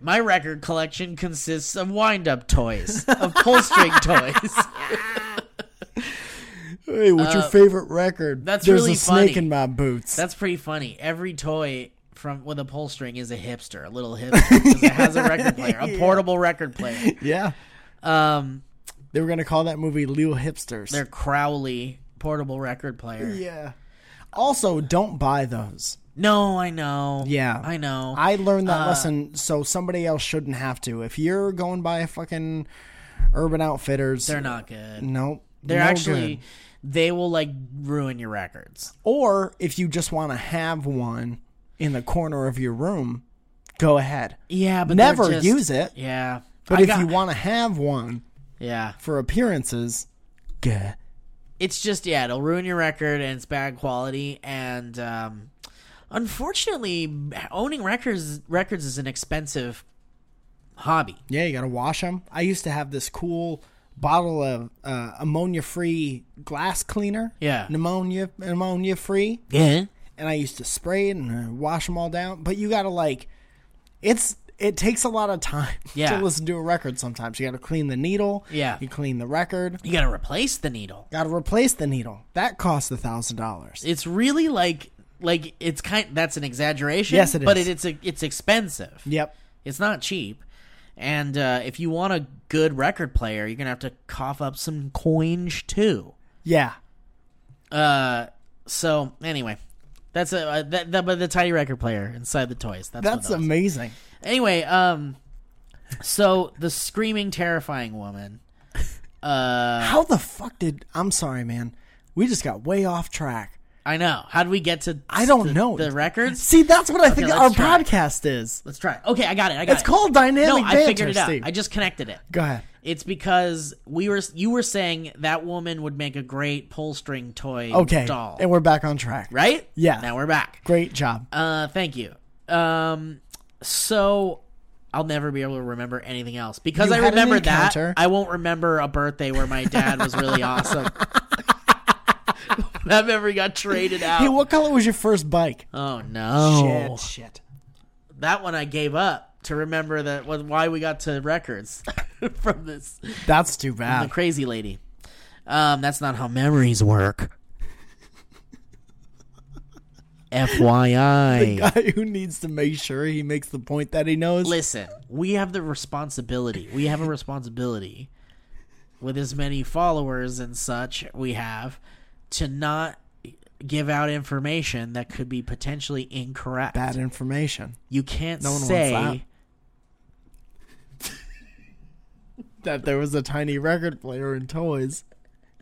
[SPEAKER 2] my record collection consists of wind-up toys, of pull string toys.
[SPEAKER 3] Hey, what's your favorite record?
[SPEAKER 2] Uh, that's
[SPEAKER 3] There's
[SPEAKER 2] really
[SPEAKER 3] a snake
[SPEAKER 2] funny.
[SPEAKER 3] in my boots.
[SPEAKER 2] That's pretty funny. Every toy from with a pull string is a hipster, a little hipster, 'cause it has a record player, a portable record player.
[SPEAKER 3] yeah,
[SPEAKER 2] Um,
[SPEAKER 3] they were gonna call that movie "Little Hipsters."
[SPEAKER 2] their Crowley portable record player.
[SPEAKER 3] yeah. Also, don't buy those.
[SPEAKER 2] No, I know.
[SPEAKER 3] Yeah.
[SPEAKER 2] I know.
[SPEAKER 3] I learned
[SPEAKER 2] Uh,
[SPEAKER 3] that lesson, so somebody else shouldn't have to. If you're going by a fucking Urban Outfitters,
[SPEAKER 2] They're not good.
[SPEAKER 3] Nope.
[SPEAKER 2] They're
[SPEAKER 3] no
[SPEAKER 2] actually
[SPEAKER 3] good.
[SPEAKER 2] they will like ruin your records.
[SPEAKER 3] Or if you just want to have one in the corner of your room, go ahead.
[SPEAKER 2] Yeah, but
[SPEAKER 3] Never use it.
[SPEAKER 2] Yeah,
[SPEAKER 3] But
[SPEAKER 2] I
[SPEAKER 3] if
[SPEAKER 2] got-
[SPEAKER 3] you want to have one
[SPEAKER 2] yeah,
[SPEAKER 3] for appearances, gah.
[SPEAKER 2] it's just yeah, it'll ruin your record and it's bad quality and um, unfortunately, owning records records is an expensive hobby.
[SPEAKER 3] Yeah, you got to wash them. I used to have this cool bottle of uh, ammonia-free glass cleaner.
[SPEAKER 2] Yeah.
[SPEAKER 3] Pneumonia ammonia-free.
[SPEAKER 2] Yeah,
[SPEAKER 3] and I used to spray it and uh, wash them all down. But you gotta like, it's it takes a lot of time
[SPEAKER 2] Yeah.
[SPEAKER 3] to listen to a record. Sometimes you gotta clean the needle.
[SPEAKER 2] Yeah.
[SPEAKER 3] you clean the record.
[SPEAKER 2] you got to replace the needle.
[SPEAKER 3] Gotta replace the needle. That costs a thousand dollars.
[SPEAKER 2] It's really like like it's kind. That's an exaggeration.
[SPEAKER 3] Yes, it
[SPEAKER 2] But
[SPEAKER 3] is.
[SPEAKER 2] it, it's a, it's expensive.
[SPEAKER 3] Yep.
[SPEAKER 2] It's not cheap. And uh, if you want a good record player, you're going to have to cough up some coinage too.
[SPEAKER 3] Yeah.
[SPEAKER 2] Uh, so, anyway, that's a, uh, that, that, but the tiny record player inside the toys. That's,
[SPEAKER 3] That's
[SPEAKER 2] what that was.
[SPEAKER 3] amazing.
[SPEAKER 2] Anyway, um, so the screaming, terrifying woman. Uh,
[SPEAKER 3] How the fuck did? I'm sorry, man. We just got way off track.
[SPEAKER 2] I know. How did we get to
[SPEAKER 3] I don't
[SPEAKER 2] the-
[SPEAKER 3] know.
[SPEAKER 2] the records?
[SPEAKER 3] See, that's what I think
[SPEAKER 2] let's
[SPEAKER 3] our
[SPEAKER 2] try it.
[SPEAKER 3] podcast is.
[SPEAKER 2] Let's try. it. Okay, I got it. I got
[SPEAKER 3] It's
[SPEAKER 2] it.
[SPEAKER 3] called dynamic
[SPEAKER 2] No,
[SPEAKER 3] banter.
[SPEAKER 2] I figured it out.
[SPEAKER 3] Steve.
[SPEAKER 2] I just connected it.
[SPEAKER 3] Go ahead.
[SPEAKER 2] It's because we were you were saying that woman would make a great pull string toy
[SPEAKER 3] Okay,
[SPEAKER 2] doll.
[SPEAKER 3] and we're back on track.
[SPEAKER 2] right?
[SPEAKER 3] Yeah.
[SPEAKER 2] Now we're back.
[SPEAKER 3] Great job.
[SPEAKER 2] Uh thank you. Um so I'll never be able to remember anything else because
[SPEAKER 3] You
[SPEAKER 2] I
[SPEAKER 3] had an
[SPEAKER 2] remember that.
[SPEAKER 3] encounter.
[SPEAKER 2] I won't remember a birthday where my dad was really awesome. that memory got traded out.
[SPEAKER 3] Hey, what color was your first bike?
[SPEAKER 2] oh no!
[SPEAKER 3] Shit, shit.
[SPEAKER 2] That one I gave up to remember that was why we got to records from this
[SPEAKER 3] That's too
[SPEAKER 2] the
[SPEAKER 3] bad.
[SPEAKER 2] crazy lady. Um, that's not how memories work. FYI.
[SPEAKER 3] guy who needs to make sure he makes the point that he knows.
[SPEAKER 2] Listen, we have the responsibility. We have a responsibility with as many followers and such we have to not give out information that could be potentially incorrect.
[SPEAKER 3] Bad information.
[SPEAKER 2] You can't
[SPEAKER 3] one wants that.
[SPEAKER 2] say
[SPEAKER 3] That there was a tiny record player in toys.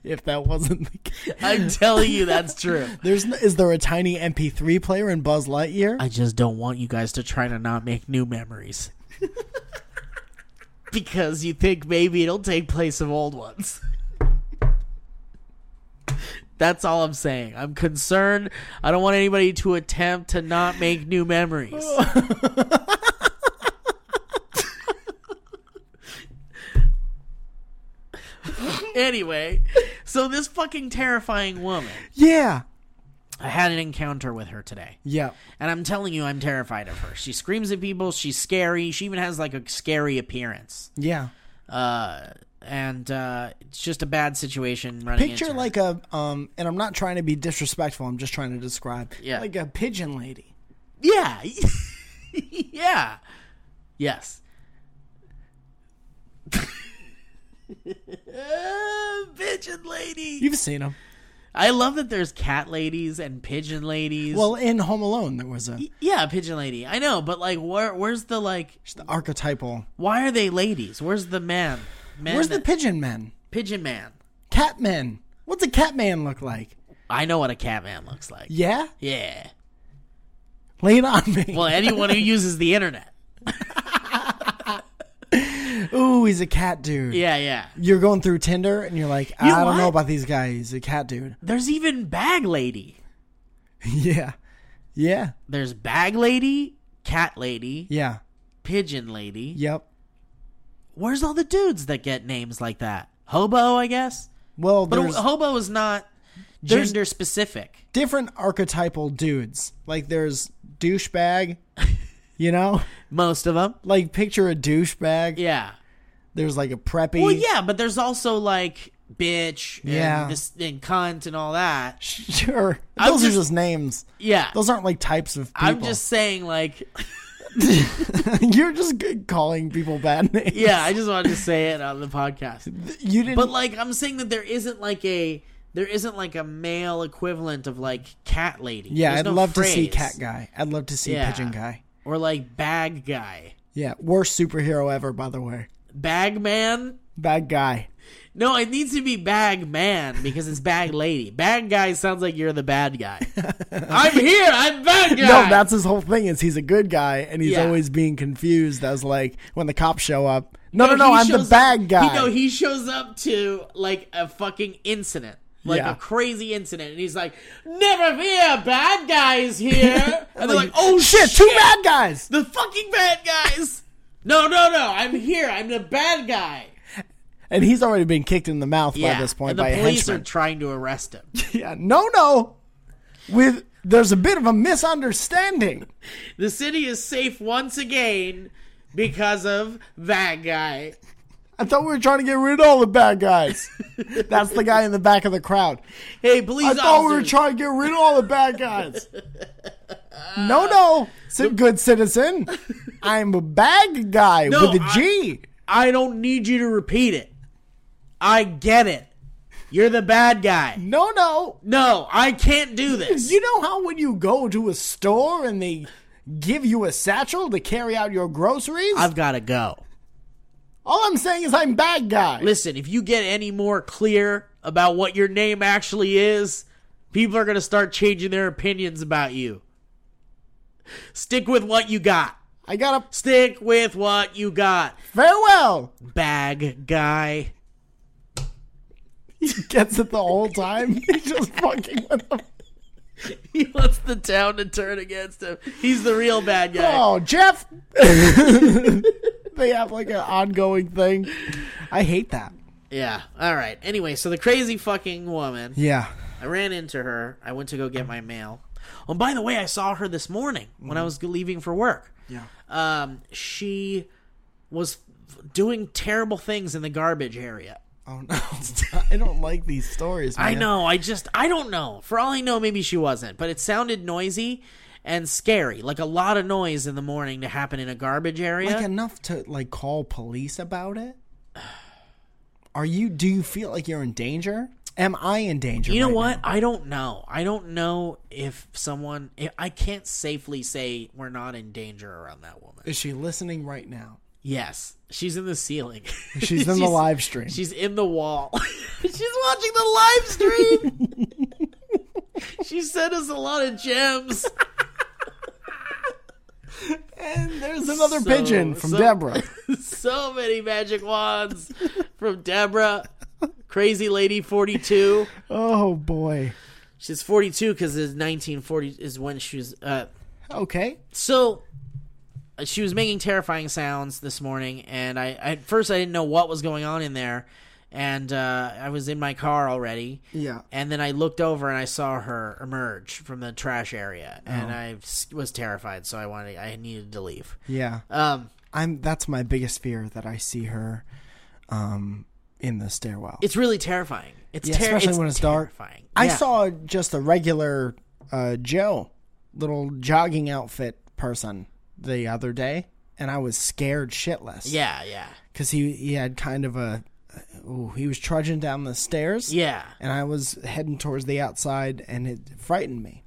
[SPEAKER 3] If that wasn't the case,
[SPEAKER 2] I'm telling you that's true.
[SPEAKER 3] there's n is there a tiny MP3 player in Buzz Lightyear?
[SPEAKER 2] I just don't want you guys to try to not make new memories. because you think maybe it'll take place of old ones. That's all I'm saying. I'm concerned. I don't want anybody to attempt to not make new memories. anyway, so this fucking terrifying woman.
[SPEAKER 3] Yeah.
[SPEAKER 2] I had an encounter with her today.
[SPEAKER 3] Yep.
[SPEAKER 2] And I'm telling you, I'm terrified of her. She screams at people. She's scary. She even has like a scary appearance.
[SPEAKER 3] Yeah.
[SPEAKER 2] Uh, and uh, it's just a bad situation running
[SPEAKER 3] Picture
[SPEAKER 2] into her.
[SPEAKER 3] like a um and I'm not trying to be disrespectful, I'm just trying to describe
[SPEAKER 2] Yeah.
[SPEAKER 3] like a pigeon lady.
[SPEAKER 2] yeah, yeah, yes. Uh, pigeon lady.
[SPEAKER 3] You've seen them.
[SPEAKER 2] I love that there's cat ladies and pigeon ladies.
[SPEAKER 3] Well, in Home Alone there was a
[SPEAKER 2] yeah, pigeon lady. I know, but like, where? Where's the like?
[SPEAKER 3] just the archetypal.
[SPEAKER 2] Why are they ladies? Where's the man? man
[SPEAKER 3] Where's the
[SPEAKER 2] that-
[SPEAKER 3] pigeon man?
[SPEAKER 2] pigeon man?
[SPEAKER 3] Cat man. What's a cat man look like?
[SPEAKER 2] I know what a cat man looks like.
[SPEAKER 3] Yeah?
[SPEAKER 2] Yeah.
[SPEAKER 3] Lay it on me.
[SPEAKER 2] Well, anyone who uses the internet.
[SPEAKER 3] Ooh, he's a cat dude.
[SPEAKER 2] Yeah, yeah.
[SPEAKER 3] You're going through Tinder and you're like, I
[SPEAKER 2] know
[SPEAKER 3] don't know
[SPEAKER 2] what?
[SPEAKER 3] about these guys. He's a cat dude.
[SPEAKER 2] There's even bag lady.
[SPEAKER 3] yeah. Yeah.
[SPEAKER 2] There's bag lady, cat lady,
[SPEAKER 3] Yeah.
[SPEAKER 2] pigeon lady.
[SPEAKER 3] Yep.
[SPEAKER 2] Where's all the dudes that get names like that? Hobo, I guess.
[SPEAKER 3] Well,
[SPEAKER 2] But a-
[SPEAKER 3] there's
[SPEAKER 2] hobo is not
[SPEAKER 3] There's-
[SPEAKER 2] gender specific.
[SPEAKER 3] different archetypal dudes. Like there's douchebag, you know?
[SPEAKER 2] Most of them.
[SPEAKER 3] Like picture a douchebag.
[SPEAKER 2] Yeah.
[SPEAKER 3] There's like a preppy.
[SPEAKER 2] Well, yeah, but there's also like bitch and,
[SPEAKER 3] Yeah.
[SPEAKER 2] this, and cunt and all that.
[SPEAKER 3] Sure.
[SPEAKER 2] I'm
[SPEAKER 3] Those
[SPEAKER 2] just-
[SPEAKER 3] are just names.
[SPEAKER 2] Yeah.
[SPEAKER 3] Those aren't like types of people.
[SPEAKER 2] I'm just saying, like,
[SPEAKER 3] You're just g- calling people bad names.
[SPEAKER 2] yeah, I just wanted to say it on the podcast.
[SPEAKER 3] You didn't
[SPEAKER 2] But like I'm saying that there isn't like a there isn't like a male equivalent of like cat lady.
[SPEAKER 3] Yeah,
[SPEAKER 2] There's
[SPEAKER 3] I'd
[SPEAKER 2] no
[SPEAKER 3] love to see
[SPEAKER 2] phrase.
[SPEAKER 3] cat guy. I'd love to see
[SPEAKER 2] Yeah.
[SPEAKER 3] pigeon guy.
[SPEAKER 2] or like bag guy,
[SPEAKER 3] Yeah, worst superhero ever, by the way.
[SPEAKER 2] bag man.
[SPEAKER 3] Bad guy.
[SPEAKER 2] No, it needs to be bag man because it's bag lady. Bag guy sounds like you're the bad guy. I'm here. I'm bad guy.
[SPEAKER 3] No, that's his whole thing. Is he's a good guy and he's
[SPEAKER 2] Yeah.
[SPEAKER 3] always being confused as like when the cops show up. No, no,
[SPEAKER 2] But
[SPEAKER 3] no,
[SPEAKER 2] he
[SPEAKER 3] I'm the
[SPEAKER 2] shows
[SPEAKER 3] bad
[SPEAKER 2] up,
[SPEAKER 3] guy.
[SPEAKER 2] He, no, he shows up to like a fucking incident, like
[SPEAKER 3] Yeah.
[SPEAKER 2] a crazy incident, and he's like, "Never fear, bad guy is here." and they're like, "Oh
[SPEAKER 3] shit,
[SPEAKER 2] shit,
[SPEAKER 3] two bad guys.
[SPEAKER 2] The fucking bad guys! No, no, no, I'm here. I'm the bad guy.
[SPEAKER 3] And he's already been kicked in the mouth by this point
[SPEAKER 2] and the
[SPEAKER 3] by a
[SPEAKER 2] police are
[SPEAKER 3] henchman.
[SPEAKER 2] trying to arrest him.
[SPEAKER 3] yeah, no, no. With there's a bit of a misunderstanding.
[SPEAKER 2] the city is safe once again because of that guy.
[SPEAKER 3] I thought we were trying to get rid of all the bad guys. That's the guy in the back of the crowd.
[SPEAKER 2] Hey, police
[SPEAKER 3] I
[SPEAKER 2] officers.
[SPEAKER 3] thought we were trying to get rid of all the bad guys. No, no, Ci- good citizen. I'm a bad guy
[SPEAKER 2] No,
[SPEAKER 3] with a
[SPEAKER 2] I-
[SPEAKER 3] G.
[SPEAKER 2] I don't need you to repeat it. I get it. You're the bad guy.
[SPEAKER 3] No, no.
[SPEAKER 2] No, I can't do this.
[SPEAKER 3] You know how when you go to a store and they give you a satchel to carry out your groceries?
[SPEAKER 2] I've got to go.
[SPEAKER 3] all I'm saying is I'm bad guy.
[SPEAKER 2] Listen, if you get any more clear about what your name actually is, people are going to start changing their opinions about you. Stick with what you got.
[SPEAKER 3] I got a
[SPEAKER 2] Stick with what you got.
[SPEAKER 3] farewell.
[SPEAKER 2] Bag guy.
[SPEAKER 3] He gets it the whole time. He's just fucking with them.
[SPEAKER 2] He wants the town to turn against him. He's the real bad guy.
[SPEAKER 3] Oh, Jeff. they have like an ongoing thing. I hate that.
[SPEAKER 2] Yeah. All right. Anyway, so the crazy fucking woman.
[SPEAKER 3] Yeah.
[SPEAKER 2] I ran into her. I went to go get my mail. Oh, by the way, I saw her this morning when I was leaving for work.
[SPEAKER 3] Mm-hmm. Yeah.
[SPEAKER 2] um, she was f- doing terrible things in the garbage area.
[SPEAKER 3] Oh no. I don't like these stories. Man.
[SPEAKER 2] I know. I just, I don't know. For all I know, maybe she wasn't, but it sounded noisy and scary. Like a lot of noise in the morning to happen in a garbage area.
[SPEAKER 3] Like enough to like call police about it. Are you? Do you feel like you're in danger? Am I in danger?
[SPEAKER 2] you know
[SPEAKER 3] right
[SPEAKER 2] what? I don't know. I don't know if someone. If, I can't safely say we're not in danger around that woman.
[SPEAKER 3] now? Is she listening right now?
[SPEAKER 2] Yes, she's in the ceiling.
[SPEAKER 3] She's in the live stream.
[SPEAKER 2] She's in the wall. she's watching the live stream. she sent us a lot of gems.
[SPEAKER 3] And there's another
[SPEAKER 2] So-
[SPEAKER 3] pigeon from
[SPEAKER 2] so-
[SPEAKER 3] Deborah.
[SPEAKER 2] so many magic wands from Deborah. Crazy Lady 42.
[SPEAKER 3] Oh boy.
[SPEAKER 2] She's 42 because it's 1940 is when she was. Uh,
[SPEAKER 3] Okay.
[SPEAKER 2] so uh, she was making terrifying sounds this morning, and I at first I didn't know what was going on in there. and uh, I was in my car already.
[SPEAKER 3] Yeah.
[SPEAKER 2] And then I looked over and I saw her emerge from the trash area,
[SPEAKER 3] Oh.
[SPEAKER 2] and I s- was terrified. So I wanted, I needed to leave.
[SPEAKER 3] Yeah.
[SPEAKER 2] Um,
[SPEAKER 3] I'm that's my biggest fear that I see her um in the stairwell.
[SPEAKER 2] it's really terrifying. It's
[SPEAKER 3] Yeah,
[SPEAKER 2] ter-
[SPEAKER 3] especially when it's dark.
[SPEAKER 2] Terrifying.
[SPEAKER 3] I
[SPEAKER 2] Yeah.
[SPEAKER 3] saw just a regular uh Joe little jogging outfit person the other day and I was scared shitless.
[SPEAKER 2] Yeah, yeah,
[SPEAKER 3] Cuz he he had kind of a uh, ooh, he was trudging down the stairs.
[SPEAKER 2] yeah.
[SPEAKER 3] And I was heading towards the outside and it frightened me.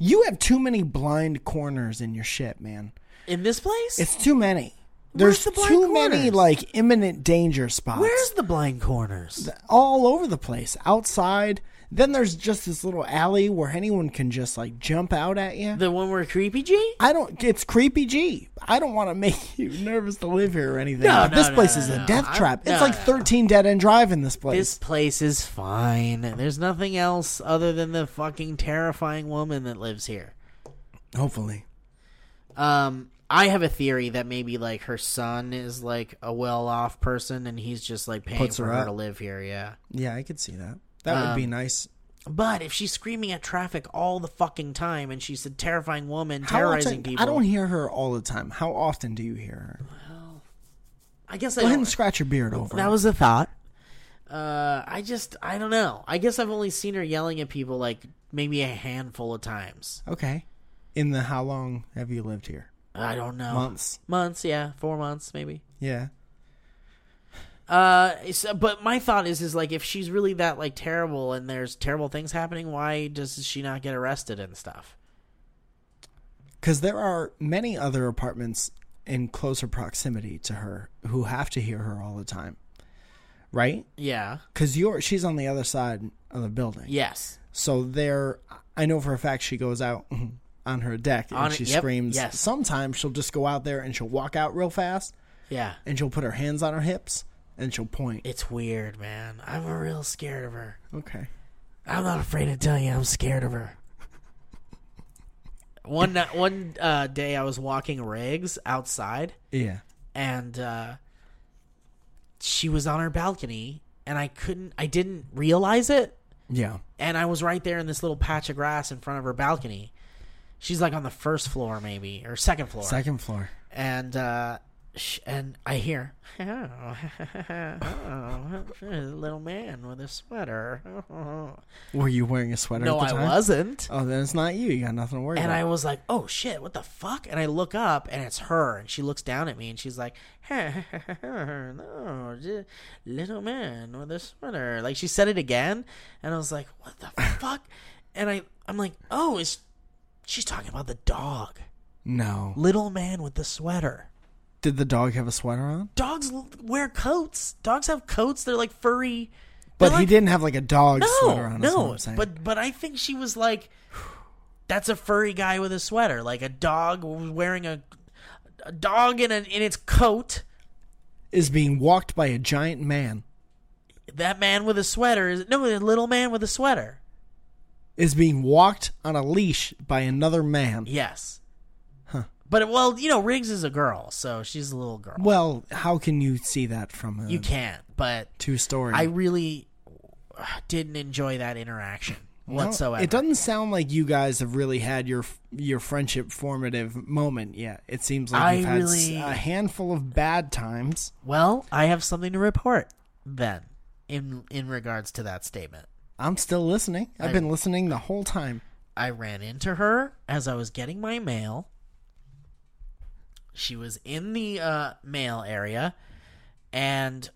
[SPEAKER 3] You have too many blind corners in your shit, man.
[SPEAKER 2] In this place,
[SPEAKER 3] It's too many.
[SPEAKER 2] Where's
[SPEAKER 3] There's
[SPEAKER 2] the blind
[SPEAKER 3] too many
[SPEAKER 2] corners?
[SPEAKER 3] like imminent danger spots
[SPEAKER 2] where's the blind corners?
[SPEAKER 3] all over the place, outside. Then there's just this little alley where anyone can just like jump out at you.
[SPEAKER 2] The one where creepy G?
[SPEAKER 3] I don't. It's creepy, G. I don't want to make you nervous to live here or anything.
[SPEAKER 2] No,
[SPEAKER 3] but
[SPEAKER 2] no,
[SPEAKER 3] this
[SPEAKER 2] no,
[SPEAKER 3] place
[SPEAKER 2] no,
[SPEAKER 3] is
[SPEAKER 2] no.
[SPEAKER 3] a death
[SPEAKER 2] I-
[SPEAKER 3] trap.
[SPEAKER 2] no,
[SPEAKER 3] it's like
[SPEAKER 2] no.
[SPEAKER 3] 13 dead end drive in this place.
[SPEAKER 2] This place is fine. There's nothing else other than the fucking terrifying woman that lives here.
[SPEAKER 3] Hopefully,
[SPEAKER 2] Um, I have a theory that maybe like her son is like a well-off person, and he's just like paying
[SPEAKER 3] Puts
[SPEAKER 2] for
[SPEAKER 3] her
[SPEAKER 2] her
[SPEAKER 3] up.
[SPEAKER 2] to live here. Yeah,
[SPEAKER 3] yeah, I could see that. That would
[SPEAKER 2] Um,
[SPEAKER 3] be nice.
[SPEAKER 2] but if she's screaming at traffic all the fucking time, and she's a terrifying woman
[SPEAKER 3] How
[SPEAKER 2] terrorizing
[SPEAKER 3] often?
[SPEAKER 2] people,
[SPEAKER 3] I don't hear her all the time. How often do you hear her?
[SPEAKER 2] I guess I
[SPEAKER 3] Go ahead
[SPEAKER 2] don't.
[SPEAKER 3] and scratch your beard over.
[SPEAKER 2] that
[SPEAKER 3] it.
[SPEAKER 2] was a thought. Uh, I just I don't know. I guess I've only seen her yelling at people like maybe a handful of times.
[SPEAKER 3] okay. In the how long have you lived here?
[SPEAKER 2] I don't know.
[SPEAKER 3] Months.
[SPEAKER 2] Months, yeah, four months maybe.
[SPEAKER 3] Yeah.
[SPEAKER 2] Uh, so- but my thought is, is like if she's really that like terrible and there's terrible things happening, why does she not get arrested and stuff?
[SPEAKER 3] Because there are many other apartments in closer proximity to her who have to hear her all the time, right?
[SPEAKER 2] Yeah.
[SPEAKER 3] Because you're she's on the other side of the building,
[SPEAKER 2] Yes.
[SPEAKER 3] so there. I know for a fact she goes out on her deck and
[SPEAKER 2] On it,
[SPEAKER 3] she
[SPEAKER 2] yep,
[SPEAKER 3] screams.
[SPEAKER 2] yes.
[SPEAKER 3] Sometimes she'll just go out there and she'll walk out real fast
[SPEAKER 2] Yeah.
[SPEAKER 3] and she'll put her hands on her hips and she'll point.
[SPEAKER 2] It's weird, man. I'm a real scared of her.
[SPEAKER 3] Okay.
[SPEAKER 2] I'm not afraid to tell you I'm scared of her. One ni- one uh, day I was walking Riggs outside
[SPEAKER 3] Yeah.
[SPEAKER 2] and uh, she was on her balcony and I couldn't I didn't realize it
[SPEAKER 3] Yeah.
[SPEAKER 2] and I was right there in this little patch of grass in front of her balcony. She's like on the first floor, maybe or second floor,
[SPEAKER 3] Second floor.
[SPEAKER 2] and uh, sh- and I hear oh, oh, little man with a sweater.
[SPEAKER 3] Were you wearing a sweater?
[SPEAKER 2] no,
[SPEAKER 3] at
[SPEAKER 2] I
[SPEAKER 3] the time?
[SPEAKER 2] wasn't.
[SPEAKER 3] Oh, then it's not you. You got nothing to worry
[SPEAKER 2] And
[SPEAKER 3] about.
[SPEAKER 2] I was like, "Oh shit, what the fuck?" And I look up, and it's her, and she looks down at me, and she's like, "No, j- little man with a sweater." Like she said it again, and I was like, "What the fuck?" And I, I'm like, "Oh, is she's talking about the dog,
[SPEAKER 3] no.
[SPEAKER 2] little man with the sweater?"
[SPEAKER 3] Did the dog have a sweater on?
[SPEAKER 2] Dogs l- wear coats. Dogs have coats. They're like furry. they're
[SPEAKER 3] But he
[SPEAKER 2] like-
[SPEAKER 3] didn't have like a dog
[SPEAKER 2] No,
[SPEAKER 3] sweater on. is
[SPEAKER 2] no.
[SPEAKER 3] what I'm saying.
[SPEAKER 2] But but I think she was like, that's a furry guy with a sweater, like a dog wearing a a dog in a, in its coat.
[SPEAKER 3] is being walked by a giant man.
[SPEAKER 2] That man with a sweater is no a little man with a sweater.
[SPEAKER 3] Is being walked on a leash by another man.
[SPEAKER 2] Yes. But well, you know, Riggs is a girl, so she's a little girl.
[SPEAKER 3] Well, how can you see that from a
[SPEAKER 2] you can't. But
[SPEAKER 3] two story?
[SPEAKER 2] I really didn't enjoy that interaction whatsoever.
[SPEAKER 3] It doesn't sound like you guys have really had your your friendship formative moment yet. It seems like
[SPEAKER 2] I
[SPEAKER 3] you've had s-
[SPEAKER 2] really-
[SPEAKER 3] a handful of bad times.
[SPEAKER 2] Well, I have something to report then in in regards to that statement.
[SPEAKER 3] I'm still listening. I've been listening the whole time.
[SPEAKER 2] I ran into her as I was getting my mail. She was in the uh, mail area, and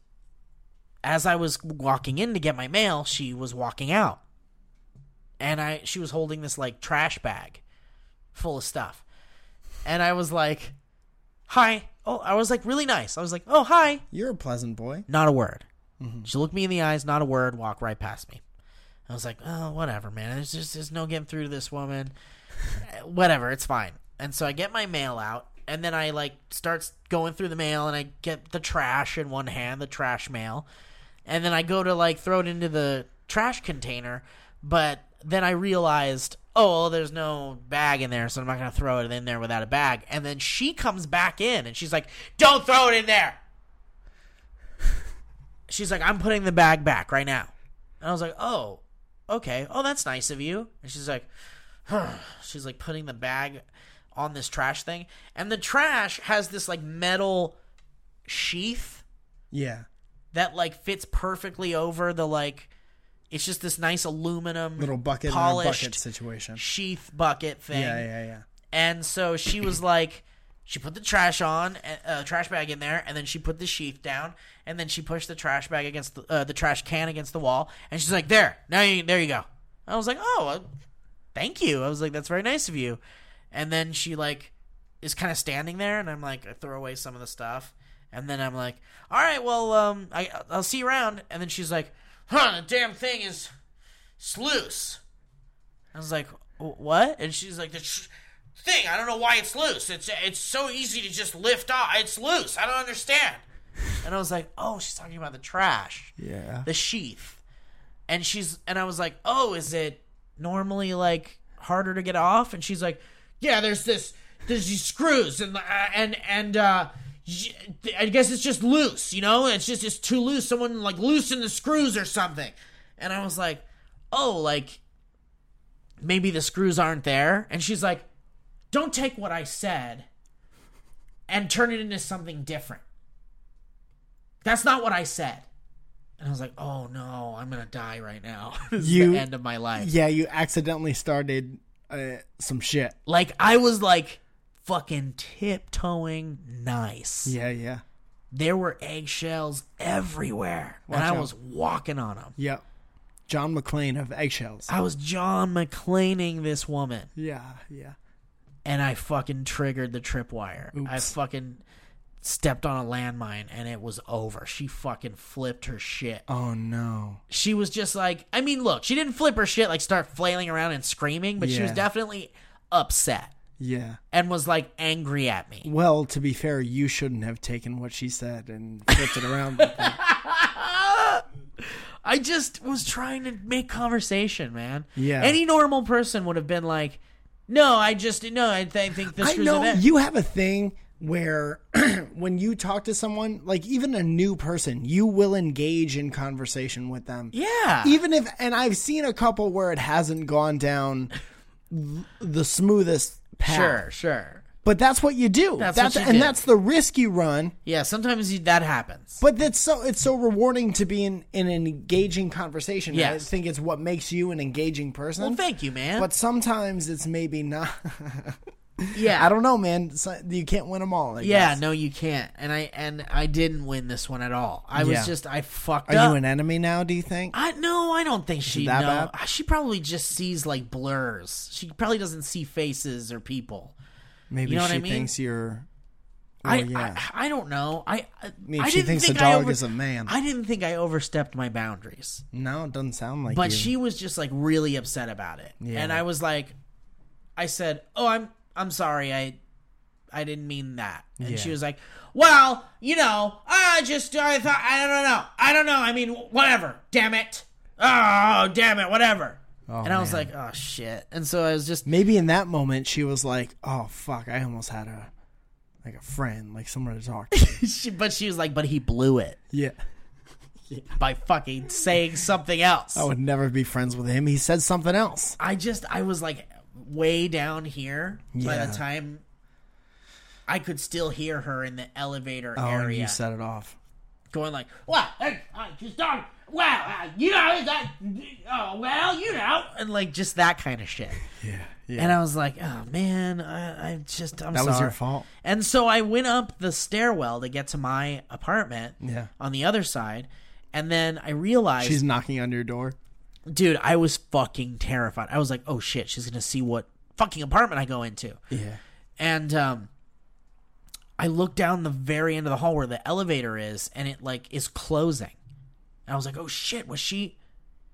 [SPEAKER 2] as I was walking in to get my mail, she was walking out, and I she was holding this like trash bag full of stuff, and I was like, "Hi." Oh, I was like really nice. I was like, "Oh, hi."
[SPEAKER 3] You're a pleasant boy.
[SPEAKER 2] not a word. She looked me in the eyes, not a word, walked right past me. I was like, oh, whatever, man. There's just there's no getting through to this woman. Eh, whatever, it's fine. And so I get my mail out, and then I like starts going through the mail, and I get the trash in one hand, the trash mail, and then I go to like throw it into the trash container, but then I realized, oh, well, there's no bag in there, so I'm not gonna throw it in there without a bag. And then she comes back in, and she's like, don't throw it in there she's like, I'm putting the bag back right now. And I was like, oh, okay. Oh, that's nice of you. And she's like, she's like putting the bag on this trash thing. And the trash has this like metal sheath
[SPEAKER 3] Yeah.
[SPEAKER 2] that like fits perfectly over the like, it's just this nice aluminum
[SPEAKER 3] Little bucket and a
[SPEAKER 2] polished
[SPEAKER 3] bucket situation.
[SPEAKER 2] sheath bucket thing.
[SPEAKER 3] Yeah, yeah, yeah.
[SPEAKER 2] And so she was like, she put the trash on, uh, uh, trash bag in there, and then she put the sheath down, and then she pushed the trash bag against the, uh, the trash can against the wall, and she's like, "There, now you, there you go." I was like, "Oh, uh, thank you." I was like, "That's very nice of you." And then she like is kind of standing there, and I'm like, I throw away some of the stuff, and then I'm like, "All right, well, um, I I'll see you around." And then she's like, "Huh, the damn thing is it's loose." I was like, "Wh- "What?" And she's like, "The sh- thing. I don't know why it's loose. It's it's so easy to just lift off. It's loose. I don't understand." And I was like, "Oh, she's talking about the trash,
[SPEAKER 3] Yeah.
[SPEAKER 2] the sheath." And she's and I was like, "Oh, is it normally like harder to get off?" And she's like, "Yeah, there's this there's these screws and uh, and and uh y- I guess it's just loose, you know? It's just it's too loose. Someone like loosened the screws or something." And I was like, "Oh, like maybe the screws aren't there. And she's like, don't take what I said and turn it into something different. That's not what I said. And I was like, oh no, I'm going to die right now. this is
[SPEAKER 3] You-
[SPEAKER 2] the end of my life.
[SPEAKER 3] Yeah, you accidentally started uh, some shit.
[SPEAKER 2] Like, I was like fucking tiptoeing nice.
[SPEAKER 3] Yeah, yeah.
[SPEAKER 2] There were eggshells everywhere. and I
[SPEAKER 3] out.
[SPEAKER 2] was walking on them.
[SPEAKER 3] Yep. John McClane of Eggshells.
[SPEAKER 2] I was John McClaning this woman.
[SPEAKER 3] Yeah, yeah.
[SPEAKER 2] and I fucking triggered the tripwire. I
[SPEAKER 3] Oops.
[SPEAKER 2] fucking stepped on a landmine and it was over. She fucking flipped her shit.
[SPEAKER 3] Oh no.
[SPEAKER 2] She was just like, I mean, look, she didn't flip her shit like start flailing around and screaming, but she was
[SPEAKER 3] Yeah.
[SPEAKER 2] definitely upset
[SPEAKER 3] Yeah.
[SPEAKER 2] and was like angry at me.
[SPEAKER 3] Well, to be fair, you shouldn't have taken what she said and flipped it around. like that.
[SPEAKER 2] I just was trying to make conversation, man.
[SPEAKER 3] Yeah.
[SPEAKER 2] Any normal person would have been like, no, I just no, I, th- I think this
[SPEAKER 3] I
[SPEAKER 2] screws
[SPEAKER 3] know
[SPEAKER 2] it in."
[SPEAKER 3] you have a thing where when you talk to someone, like even a new person, you will engage in conversation with them.
[SPEAKER 2] yeah.
[SPEAKER 3] even if and i've seen a couple where it hasn't gone down th- the smoothest path
[SPEAKER 2] sure, sure.
[SPEAKER 3] but that's what you do
[SPEAKER 2] That's what you
[SPEAKER 3] and
[SPEAKER 2] do.
[SPEAKER 3] that's the risk you run
[SPEAKER 2] Yeah, sometimes you, that happens.
[SPEAKER 3] but that's so it's so rewarding to be in, in an engaging conversation i
[SPEAKER 2] Yes.
[SPEAKER 3] think it's what makes you an engaging person
[SPEAKER 2] Well, thank you, man.
[SPEAKER 3] but sometimes it's maybe not
[SPEAKER 2] yeah,
[SPEAKER 3] i don't know man so, you can't win them all I
[SPEAKER 2] Yeah,
[SPEAKER 3] guess.
[SPEAKER 2] no, you can't. And I and I didn't win this one at all. I was
[SPEAKER 3] Yeah.
[SPEAKER 2] just I fucked
[SPEAKER 3] are
[SPEAKER 2] up.
[SPEAKER 3] you an enemy now do you think
[SPEAKER 2] I no, I don't think she
[SPEAKER 3] that
[SPEAKER 2] know. She probably just sees like blurs. She probably doesn't see faces or people.
[SPEAKER 3] maybe
[SPEAKER 2] you know what
[SPEAKER 3] she
[SPEAKER 2] I mean?
[SPEAKER 3] thinks you're oh
[SPEAKER 2] I,
[SPEAKER 3] yeah
[SPEAKER 2] I I don't know. I I,
[SPEAKER 3] mean,
[SPEAKER 2] I
[SPEAKER 3] she
[SPEAKER 2] didn't
[SPEAKER 3] thinks
[SPEAKER 2] think
[SPEAKER 3] a
[SPEAKER 2] I
[SPEAKER 3] dog
[SPEAKER 2] over-
[SPEAKER 3] is a man.
[SPEAKER 2] I didn't think I overstepped my boundaries.
[SPEAKER 3] no it doesn't sound like
[SPEAKER 2] But
[SPEAKER 3] you.
[SPEAKER 2] she was just like really upset about it. And I was like I said, "Oh, I'm I'm sorry. I I didn't mean that." And she was like, "Well, you know, I just I thought I don't know. I don't know. I mean, whatever. Damn it. Oh, damn it. Whatever." and I was
[SPEAKER 3] man.
[SPEAKER 2] like, "Oh shit." And so I was just
[SPEAKER 3] maybe in that moment she was like, "Oh fuck, I almost had a like a friend, like someone to talk to."
[SPEAKER 2] she, but she was like, "But he blew it
[SPEAKER 3] yeah,
[SPEAKER 2] by fucking saying something else."
[SPEAKER 3] I would never be friends with him. He said something else.
[SPEAKER 2] I just I was like way down here by
[SPEAKER 3] Yeah.
[SPEAKER 2] the time I could still hear her in the elevator
[SPEAKER 3] Oh, and
[SPEAKER 2] area
[SPEAKER 3] you set it off.
[SPEAKER 2] going like, "What? Hey, I just don't. Well, uh, you know that. Oh, well, you know." And like just that kind of shit.
[SPEAKER 3] Yeah, yeah.
[SPEAKER 2] And I was like, "Oh man, I, I just I'm
[SPEAKER 3] that
[SPEAKER 2] sorry."
[SPEAKER 3] was your fault.
[SPEAKER 2] And so I went up the stairwell to get to my apartment
[SPEAKER 3] Yeah.
[SPEAKER 2] on the other side. And then I realized
[SPEAKER 3] She's knocking on your door.
[SPEAKER 2] dude, I was fucking terrified. I was like, oh shit, she's gonna see what fucking apartment I go into.
[SPEAKER 3] Yeah.
[SPEAKER 2] And um I looked down the very end of the hall where the elevator is and it like is closing. And I was like, oh shit, was she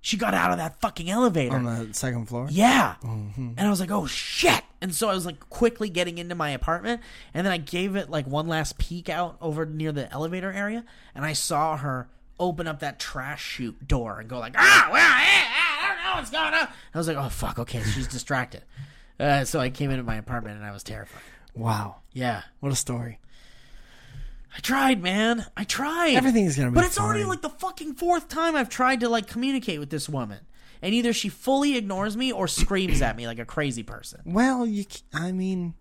[SPEAKER 2] she got out of that fucking elevator.
[SPEAKER 3] On the second floor.
[SPEAKER 2] Yeah.
[SPEAKER 3] Mm-hmm.
[SPEAKER 2] And I was like, oh shit. And so I was like quickly getting into my apartment. And then I gave it like one last peek out over near the elevator area. And I saw her open up that trash chute door and go like, ah, well, eh, eh, I don't know what's going on. And I was like, oh fuck, okay, she's distracted. Uh, so I came into my apartment and I was terrified.
[SPEAKER 3] Wow,
[SPEAKER 2] Yeah.
[SPEAKER 3] what a story.
[SPEAKER 2] I tried, man. I tried.
[SPEAKER 3] Everything's gonna be
[SPEAKER 2] But it's already
[SPEAKER 3] fine.
[SPEAKER 2] like the fucking fourth time I've tried to like communicate with this woman, and either she fully ignores me or screams at me like a crazy person.
[SPEAKER 3] Well, you. c- I mean,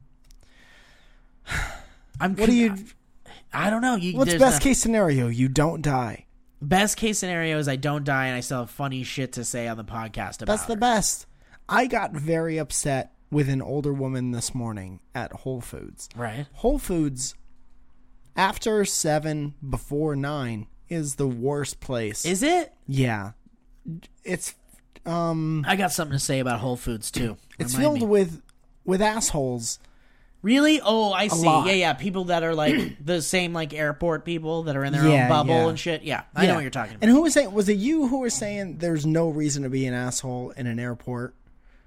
[SPEAKER 2] I'm.
[SPEAKER 3] what do you?
[SPEAKER 2] I don't know. You,
[SPEAKER 3] What's
[SPEAKER 2] there's
[SPEAKER 3] best
[SPEAKER 2] no-
[SPEAKER 3] case scenario? You don't die.
[SPEAKER 2] Best case scenario is I don't die and I still have funny shit to say on the podcast about.
[SPEAKER 3] That's the
[SPEAKER 2] her.
[SPEAKER 3] best. I got very upset with an older woman this morning at Whole Foods.
[SPEAKER 2] right.
[SPEAKER 3] Whole Foods, after seven, before nine, is the worst place.
[SPEAKER 2] Is it?
[SPEAKER 3] yeah, it's
[SPEAKER 2] I got something to say about Whole Foods too.
[SPEAKER 3] it's
[SPEAKER 2] Remind
[SPEAKER 3] filled
[SPEAKER 2] me.
[SPEAKER 3] with with assholes.
[SPEAKER 2] Really? Oh, I see.
[SPEAKER 3] lot.
[SPEAKER 2] Yeah, yeah. People that are like the same like airport people that are in their
[SPEAKER 3] Yeah,
[SPEAKER 2] own bubble
[SPEAKER 3] yeah.
[SPEAKER 2] and shit. Yeah, I know what you're talking about.
[SPEAKER 3] And who was saying? Was it you who were saying there's no reason to be an asshole in an airport?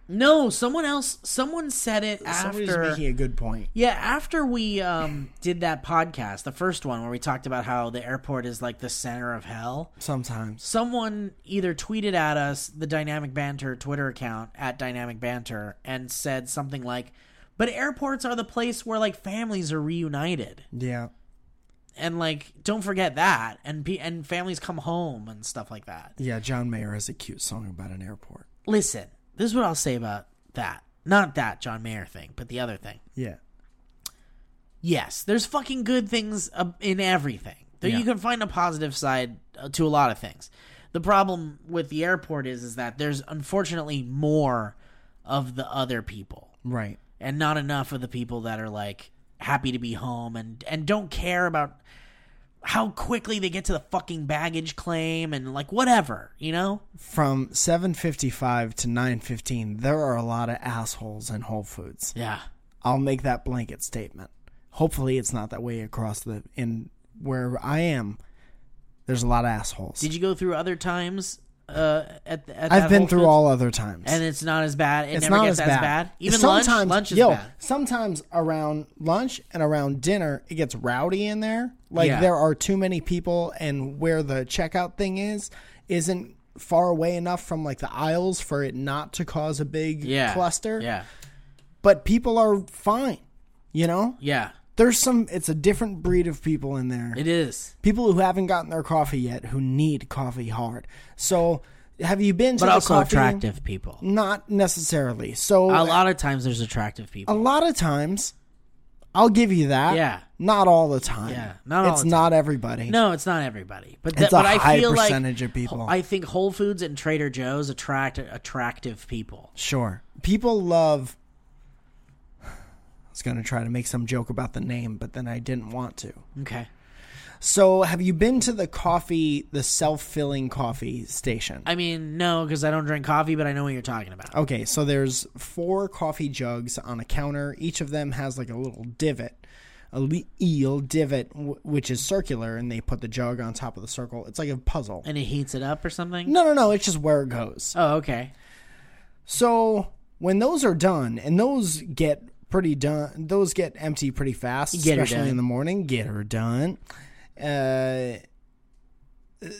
[SPEAKER 2] no, someone else. Someone said it
[SPEAKER 3] Somebody's
[SPEAKER 2] after.
[SPEAKER 3] making a good point.
[SPEAKER 2] Yeah, after we um, did that podcast, the first one where we talked about how the airport is like the center of hell.
[SPEAKER 3] Sometimes
[SPEAKER 2] someone either tweeted at us the dynamic banter twitter account at dynamic banter and said something like but airports are the place where like families are reunited
[SPEAKER 3] Yeah.
[SPEAKER 2] and like don't forget that and pe- and families come home and stuff like that
[SPEAKER 3] Yeah, John Mayer has a cute song about an airport.
[SPEAKER 2] listen this is what i'll say about that not that john mayer thing but the other thing
[SPEAKER 3] Yeah.
[SPEAKER 2] yes there's fucking good things uh, in everything There you can find a positive side uh, to a lot of things the problem with the airport is is that there's unfortunately more of the other people
[SPEAKER 3] Right.
[SPEAKER 2] and not enough of the people that are like happy to be home and and don't care about how quickly they get to the fucking baggage claim and like whatever you know
[SPEAKER 3] From 7:55 to 9:15, there are a lot of assholes in Whole Foods.
[SPEAKER 2] yeah
[SPEAKER 3] I'll make that blanket statement. Hopefully it's not that way across the in where I am. There's a lot of assholes.
[SPEAKER 2] did you go through other times uh at, the, at
[SPEAKER 3] I've
[SPEAKER 2] that
[SPEAKER 3] been
[SPEAKER 2] Whole
[SPEAKER 3] through
[SPEAKER 2] Foods?
[SPEAKER 3] all other times.
[SPEAKER 2] and it's not as bad it
[SPEAKER 3] it's
[SPEAKER 2] never
[SPEAKER 3] not
[SPEAKER 2] gets
[SPEAKER 3] as
[SPEAKER 2] as
[SPEAKER 3] bad.
[SPEAKER 2] bad, even lunch
[SPEAKER 3] sometimes,
[SPEAKER 2] lunch is
[SPEAKER 3] yo,
[SPEAKER 2] bad
[SPEAKER 3] Sometimes around lunch and around dinner, it gets rowdy in there. Like
[SPEAKER 2] Yeah.
[SPEAKER 3] there are too many people, and where the checkout thing is isn't far away enough from like the aisles for it not to cause a big
[SPEAKER 2] yeah
[SPEAKER 3] cluster.
[SPEAKER 2] yeah
[SPEAKER 3] But people are fine. You know,
[SPEAKER 2] yeah
[SPEAKER 3] there's some. It's a different breed of people in there.
[SPEAKER 2] it is
[SPEAKER 3] people who haven't gotten their coffee yet, who need coffee hard. So, have you been? To
[SPEAKER 2] but
[SPEAKER 3] the
[SPEAKER 2] also
[SPEAKER 3] coffee-
[SPEAKER 2] attractive people
[SPEAKER 3] Not necessarily. So
[SPEAKER 2] a lot of times there's attractive people
[SPEAKER 3] a lot of times i'll give you that
[SPEAKER 2] Yeah.
[SPEAKER 3] not all the time
[SPEAKER 2] Yeah, not all
[SPEAKER 3] it's
[SPEAKER 2] the time.
[SPEAKER 3] not everybody
[SPEAKER 2] no it's not everybody but
[SPEAKER 3] It's
[SPEAKER 2] that, but
[SPEAKER 3] a
[SPEAKER 2] I
[SPEAKER 3] high
[SPEAKER 2] feel like
[SPEAKER 3] percentage of people.
[SPEAKER 2] i think whole foods and trader joe's attract attractive people
[SPEAKER 3] sure people love i was going to try to make some joke about the name but then i didn't want to
[SPEAKER 2] okay
[SPEAKER 3] so have you been to the coffee the self-filling coffee station
[SPEAKER 2] i mean no because i don't drink coffee but i know what you're talking about
[SPEAKER 3] Okay, so there's four coffee jugs on a counter. Each of them has like a little divot, a le- eel divot, w- which is circular, and they put the jug on top of the circle. It's like a puzzle.
[SPEAKER 2] and it heats it up or something
[SPEAKER 3] No, no, no. It's just where it goes.
[SPEAKER 2] oh okay
[SPEAKER 3] So when those are done, and those get pretty done, those get empty pretty fast,
[SPEAKER 2] Get her
[SPEAKER 3] especially
[SPEAKER 2] done.
[SPEAKER 3] in the morning. Get her done. Uh,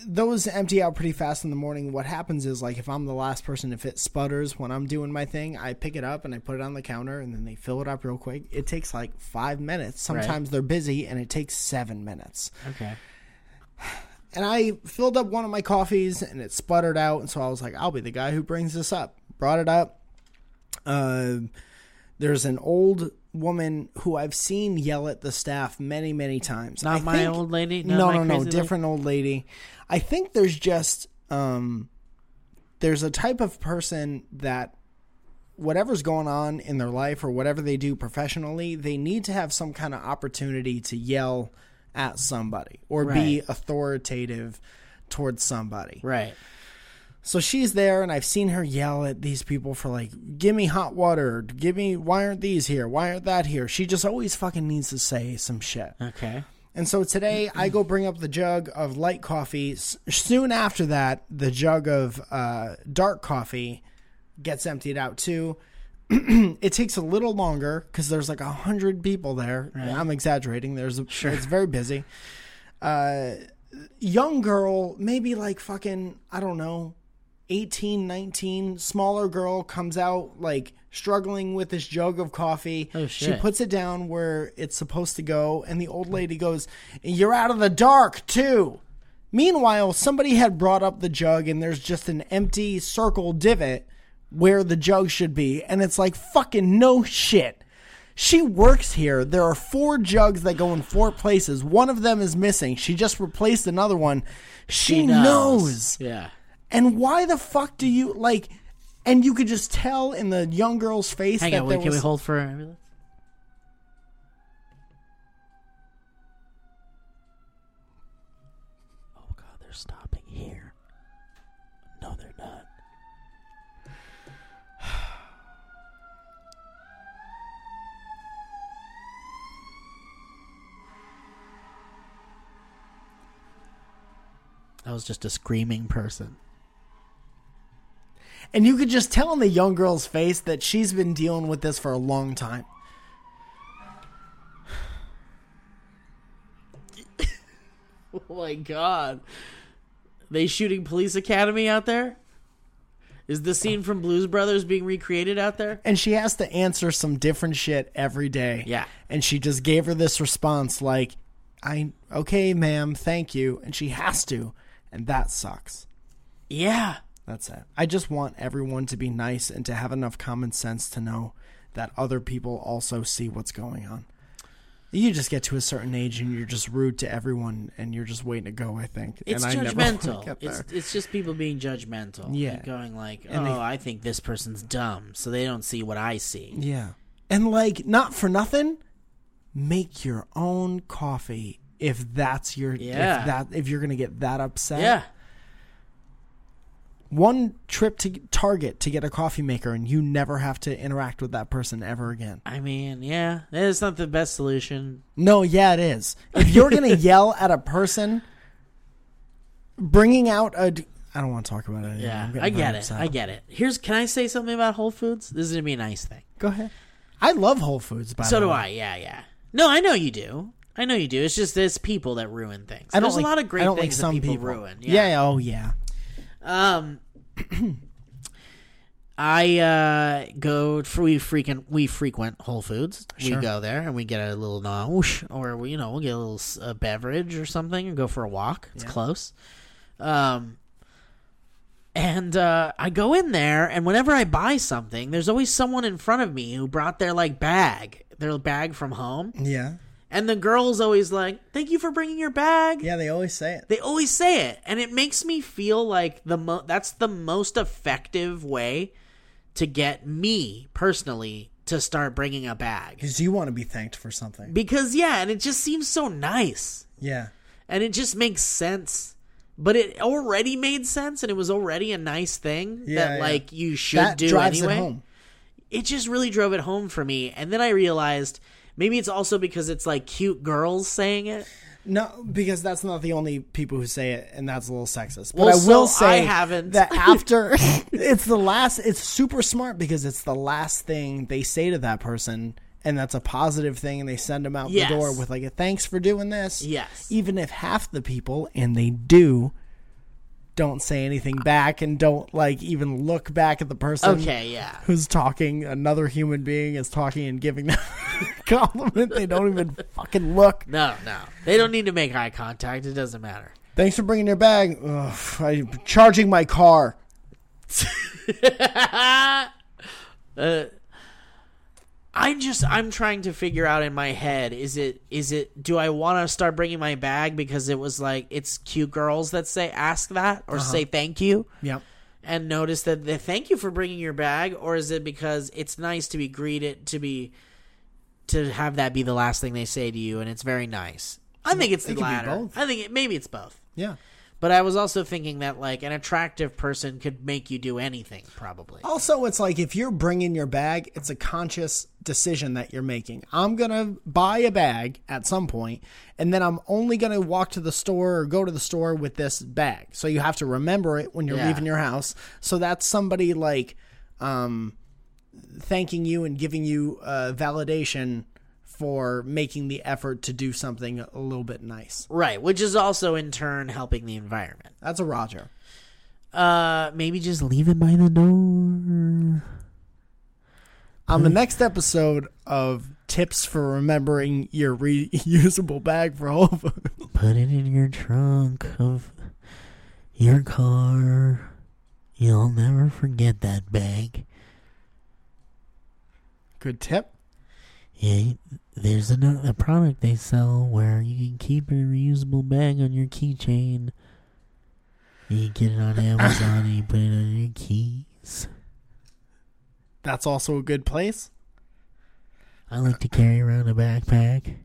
[SPEAKER 3] those empty out pretty fast in the morning. What happens is, like, if I'm the last person, if it sputters when I'm doing my thing, I pick it up and I put it on the counter, and then they fill it up real quick. It takes like five minutes. Sometimes they're busy, and it takes seven minutes
[SPEAKER 2] okay
[SPEAKER 3] and I filled up one of my coffees and it sputtered out. And so I was like, I'll be the guy who brings this up. Brought it up. Uh, there's an old woman who I've seen yell at the staff many, many times.
[SPEAKER 2] Not
[SPEAKER 3] I
[SPEAKER 2] my old lady? Not
[SPEAKER 3] No,
[SPEAKER 2] my
[SPEAKER 3] no, no.
[SPEAKER 2] crazy lady?
[SPEAKER 3] Different old lady. I think there's just um, there's a type of person that whatever's going on in their life or whatever they do professionally, they need to have some kind of opportunity to yell at somebody or be
[SPEAKER 2] Right.
[SPEAKER 3] authoritative towards somebody.
[SPEAKER 2] right
[SPEAKER 3] So she's there, and I've seen her yell at these people for like, "Give me hot water! Give me why aren't these here? Why aren't that here?" She just always fucking needs to say some shit.
[SPEAKER 2] okay
[SPEAKER 3] And so today I go bring up the jug of light coffee. S- soon after that, the jug of uh, dark coffee gets emptied out too. it takes a little longer because there's like a hundred people there. I'm exaggerating. There's a, it's very busy. Uh, young girl, maybe like fucking I don't know, 18, 19, smaller girl comes out like struggling with this jug of coffee.
[SPEAKER 2] Oh,
[SPEAKER 3] She
[SPEAKER 2] shit.
[SPEAKER 3] puts it down where it's supposed to go, and the old lady goes, You're out of the dark, too. Meanwhile, somebody had brought up the jug, and there's just an empty circle divot where the jug should be. And it's like, fucking no shit. She works here. There are four jugs that go in four places. One of them is missing. She just replaced another one. She, knows.
[SPEAKER 2] Yeah.
[SPEAKER 3] And why the fuck do you like? And you could just tell in the young girl's face
[SPEAKER 2] Hang
[SPEAKER 3] that
[SPEAKER 2] on.
[SPEAKER 3] there
[SPEAKER 2] Wait, can
[SPEAKER 3] was.
[SPEAKER 2] we hold for? Oh God, they're stopping here. No, they're not. That was just a screaming person.
[SPEAKER 3] and you could just tell in the young girl's face that she's been dealing with this for a long time.
[SPEAKER 2] Oh my god. They shooting police academy out there? Is the scene from Blues Brothers being recreated out there?
[SPEAKER 3] And she has to answer some different shit every day.
[SPEAKER 2] Yeah.
[SPEAKER 3] And she just gave her this response like, I, okay, ma'am, thank you. And she has to. And that sucks.
[SPEAKER 2] Yeah.
[SPEAKER 3] That's it. I just want everyone to be nice and to have enough common sense to know that other people also see what's going on. You just get to a certain age and you're just rude to everyone and you're just waiting to go, I think.
[SPEAKER 2] It's
[SPEAKER 3] and I never wanna
[SPEAKER 2] judgmental.
[SPEAKER 3] get
[SPEAKER 2] it's
[SPEAKER 3] there.
[SPEAKER 2] it's just people being judgmental.
[SPEAKER 3] Yeah.
[SPEAKER 2] And going like, Oh,
[SPEAKER 3] And they-
[SPEAKER 2] I think this person's dumb, so they don't see what I see.
[SPEAKER 3] Yeah. And like, not for nothing, make your own coffee if that's your
[SPEAKER 2] Yeah.
[SPEAKER 3] if that if you're gonna get that upset.
[SPEAKER 2] Yeah.
[SPEAKER 3] One trip to Target to get a coffee maker and you never have to interact with that person ever again.
[SPEAKER 2] I mean, yeah. It's not the best solution.
[SPEAKER 3] No, yeah, it is. If you're gonna yell at a person, bringing out a d- I don't want to talk about it. anymore.
[SPEAKER 2] Yeah.
[SPEAKER 3] I'm getting
[SPEAKER 2] I get
[SPEAKER 3] very
[SPEAKER 2] it.
[SPEAKER 3] upset.
[SPEAKER 2] I get it. Here's can I say something about Whole Foods? This is gonna be a nice thing.
[SPEAKER 3] Go ahead. I love Whole Foods. By
[SPEAKER 2] So
[SPEAKER 3] the
[SPEAKER 2] do
[SPEAKER 3] way.
[SPEAKER 2] I. Yeah, yeah. No, I know you do. I know you do. It's just there's people that ruin things.
[SPEAKER 3] I don't
[SPEAKER 2] there's
[SPEAKER 3] like,
[SPEAKER 2] a lot of great
[SPEAKER 3] I don't
[SPEAKER 2] things
[SPEAKER 3] like some
[SPEAKER 2] that people,
[SPEAKER 3] people.
[SPEAKER 2] ruin.
[SPEAKER 3] Yeah. Oh yeah.
[SPEAKER 2] Um, I uh, go for we freaking we frequent Whole Foods.
[SPEAKER 3] Sure.
[SPEAKER 2] We go there and we get a little nosh, or we, you know we'll get a little s- a beverage or something and go for a walk. It's close. Um, and uh, I go in there, and whenever I buy something, there's always someone in front of me who brought their like bag, their bag from home,
[SPEAKER 3] Yeah.
[SPEAKER 2] and the girl's always like, "Thank you for bringing your bag."
[SPEAKER 3] Yeah. They always say it.
[SPEAKER 2] They always say it, and it makes me feel like the mo- that's the most effective way to get me personally to start bringing a bag.
[SPEAKER 3] Because you want to be thanked for something.
[SPEAKER 2] Because yeah, and it just seems so nice,
[SPEAKER 3] Yeah.
[SPEAKER 2] and it just makes sense. But it already made sense, and it was already a nice thing
[SPEAKER 3] Yeah,
[SPEAKER 2] that
[SPEAKER 3] yeah.
[SPEAKER 2] like you should
[SPEAKER 3] That
[SPEAKER 2] do
[SPEAKER 3] drives
[SPEAKER 2] anyway
[SPEAKER 3] it home.
[SPEAKER 2] it just really drove it home for me. And then I realized maybe it's also because it's like cute girls saying it.
[SPEAKER 3] No, because that's not the only people who say it, and that's a little sexist. But
[SPEAKER 2] Well,
[SPEAKER 3] I will
[SPEAKER 2] so
[SPEAKER 3] say
[SPEAKER 2] I haven't.
[SPEAKER 3] that after it's the last, it's super smart because it's the last thing they say to that person, and that's a positive thing, and they send them out
[SPEAKER 2] Yes.
[SPEAKER 3] the door with like a thanks for doing this.
[SPEAKER 2] Yes.
[SPEAKER 3] Even if half the people, and they do, don't say anything back and don't like even look back at the person.
[SPEAKER 2] Okay, yeah.
[SPEAKER 3] Who's talking? Another human being is talking and giving them a compliment. They don't even fucking look.
[SPEAKER 2] No, no. They don't need to make eye contact. It doesn't matter.
[SPEAKER 3] Thanks for bringing your bag. Ugh, I'm charging my car.
[SPEAKER 2] Uh, I'm just I'm trying to figure out in my head is it is it do I want to start bringing my bag because it was like it's cute girls that say ask that
[SPEAKER 3] Uh-huh.
[SPEAKER 2] or say thank you
[SPEAKER 3] Yep.
[SPEAKER 2] and notice that they thank you for bringing your bag or is it because it's nice to be greeted to be to have that be the last thing they say to you and it's very nice. I think it's the
[SPEAKER 3] could be
[SPEAKER 2] latter.
[SPEAKER 3] both.
[SPEAKER 2] I think it, maybe it's both.
[SPEAKER 3] Yeah.
[SPEAKER 2] But I was also thinking that like an attractive person could make you do anything probably.
[SPEAKER 3] Also, it's like if you're bringing your bag, it's a conscious decision that you're making. I'm going to buy a bag at some point, and then I'm only going to walk to the store or go to the store with this bag. So you have to remember it when you're
[SPEAKER 2] Yeah.
[SPEAKER 3] leaving your house. So that's somebody like um, thanking you and giving you uh, validation for making the effort to do something a little bit nice.
[SPEAKER 2] Right, which is also in turn helping the environment.
[SPEAKER 3] That's a Roger.
[SPEAKER 2] Uh, maybe just leave it by the door.
[SPEAKER 3] On the next episode of Tips for Remembering Your Reusable Bag for Whole Foods.
[SPEAKER 2] Put it in your trunk of your car. You'll never forget that bag.
[SPEAKER 3] Good tip.
[SPEAKER 2] Yeah, there's another a product they sell where you can keep a reusable bag on your keychain. You can get it on Amazon and you put it on your keys.
[SPEAKER 3] That's also a good place.
[SPEAKER 2] I like to carry around a backpack.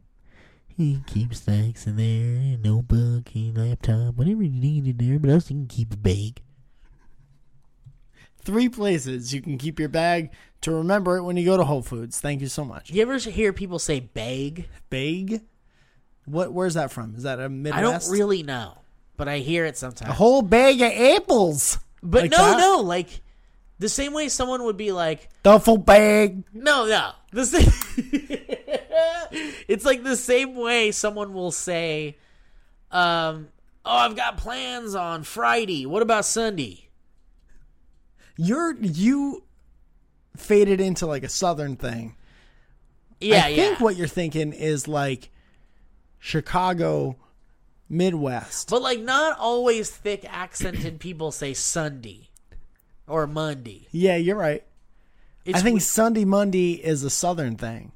[SPEAKER 2] You can keep snacks in there, a notebook, a laptop, whatever you need in there, but also you can keep a bag.
[SPEAKER 3] Three places you can keep your bag to remember it when you go to Whole Foods. Thank you so much.
[SPEAKER 2] You ever hear people say bag?
[SPEAKER 3] Bag? What? Where's that from? Is that a Midwest?
[SPEAKER 2] I don't really know, but I hear it sometimes.
[SPEAKER 3] A whole bag of apples.
[SPEAKER 2] But
[SPEAKER 3] Like
[SPEAKER 2] no,
[SPEAKER 3] that?
[SPEAKER 2] no, like the same way someone would be like,
[SPEAKER 3] Duffel bag.
[SPEAKER 2] no, no, the same. it's like the same way someone will say, um, "Oh, I've got plans on Friday. What about Sunday?"
[SPEAKER 3] You're you faded into like a southern thing.
[SPEAKER 2] Yeah,
[SPEAKER 3] I
[SPEAKER 2] yeah.
[SPEAKER 3] think what you're thinking is like Chicago Midwest.
[SPEAKER 2] but like, not always thick accented people say Sunday or Monday.
[SPEAKER 3] Yeah, you're right.
[SPEAKER 2] It's,
[SPEAKER 3] I think Sunday Monday is a southern thing.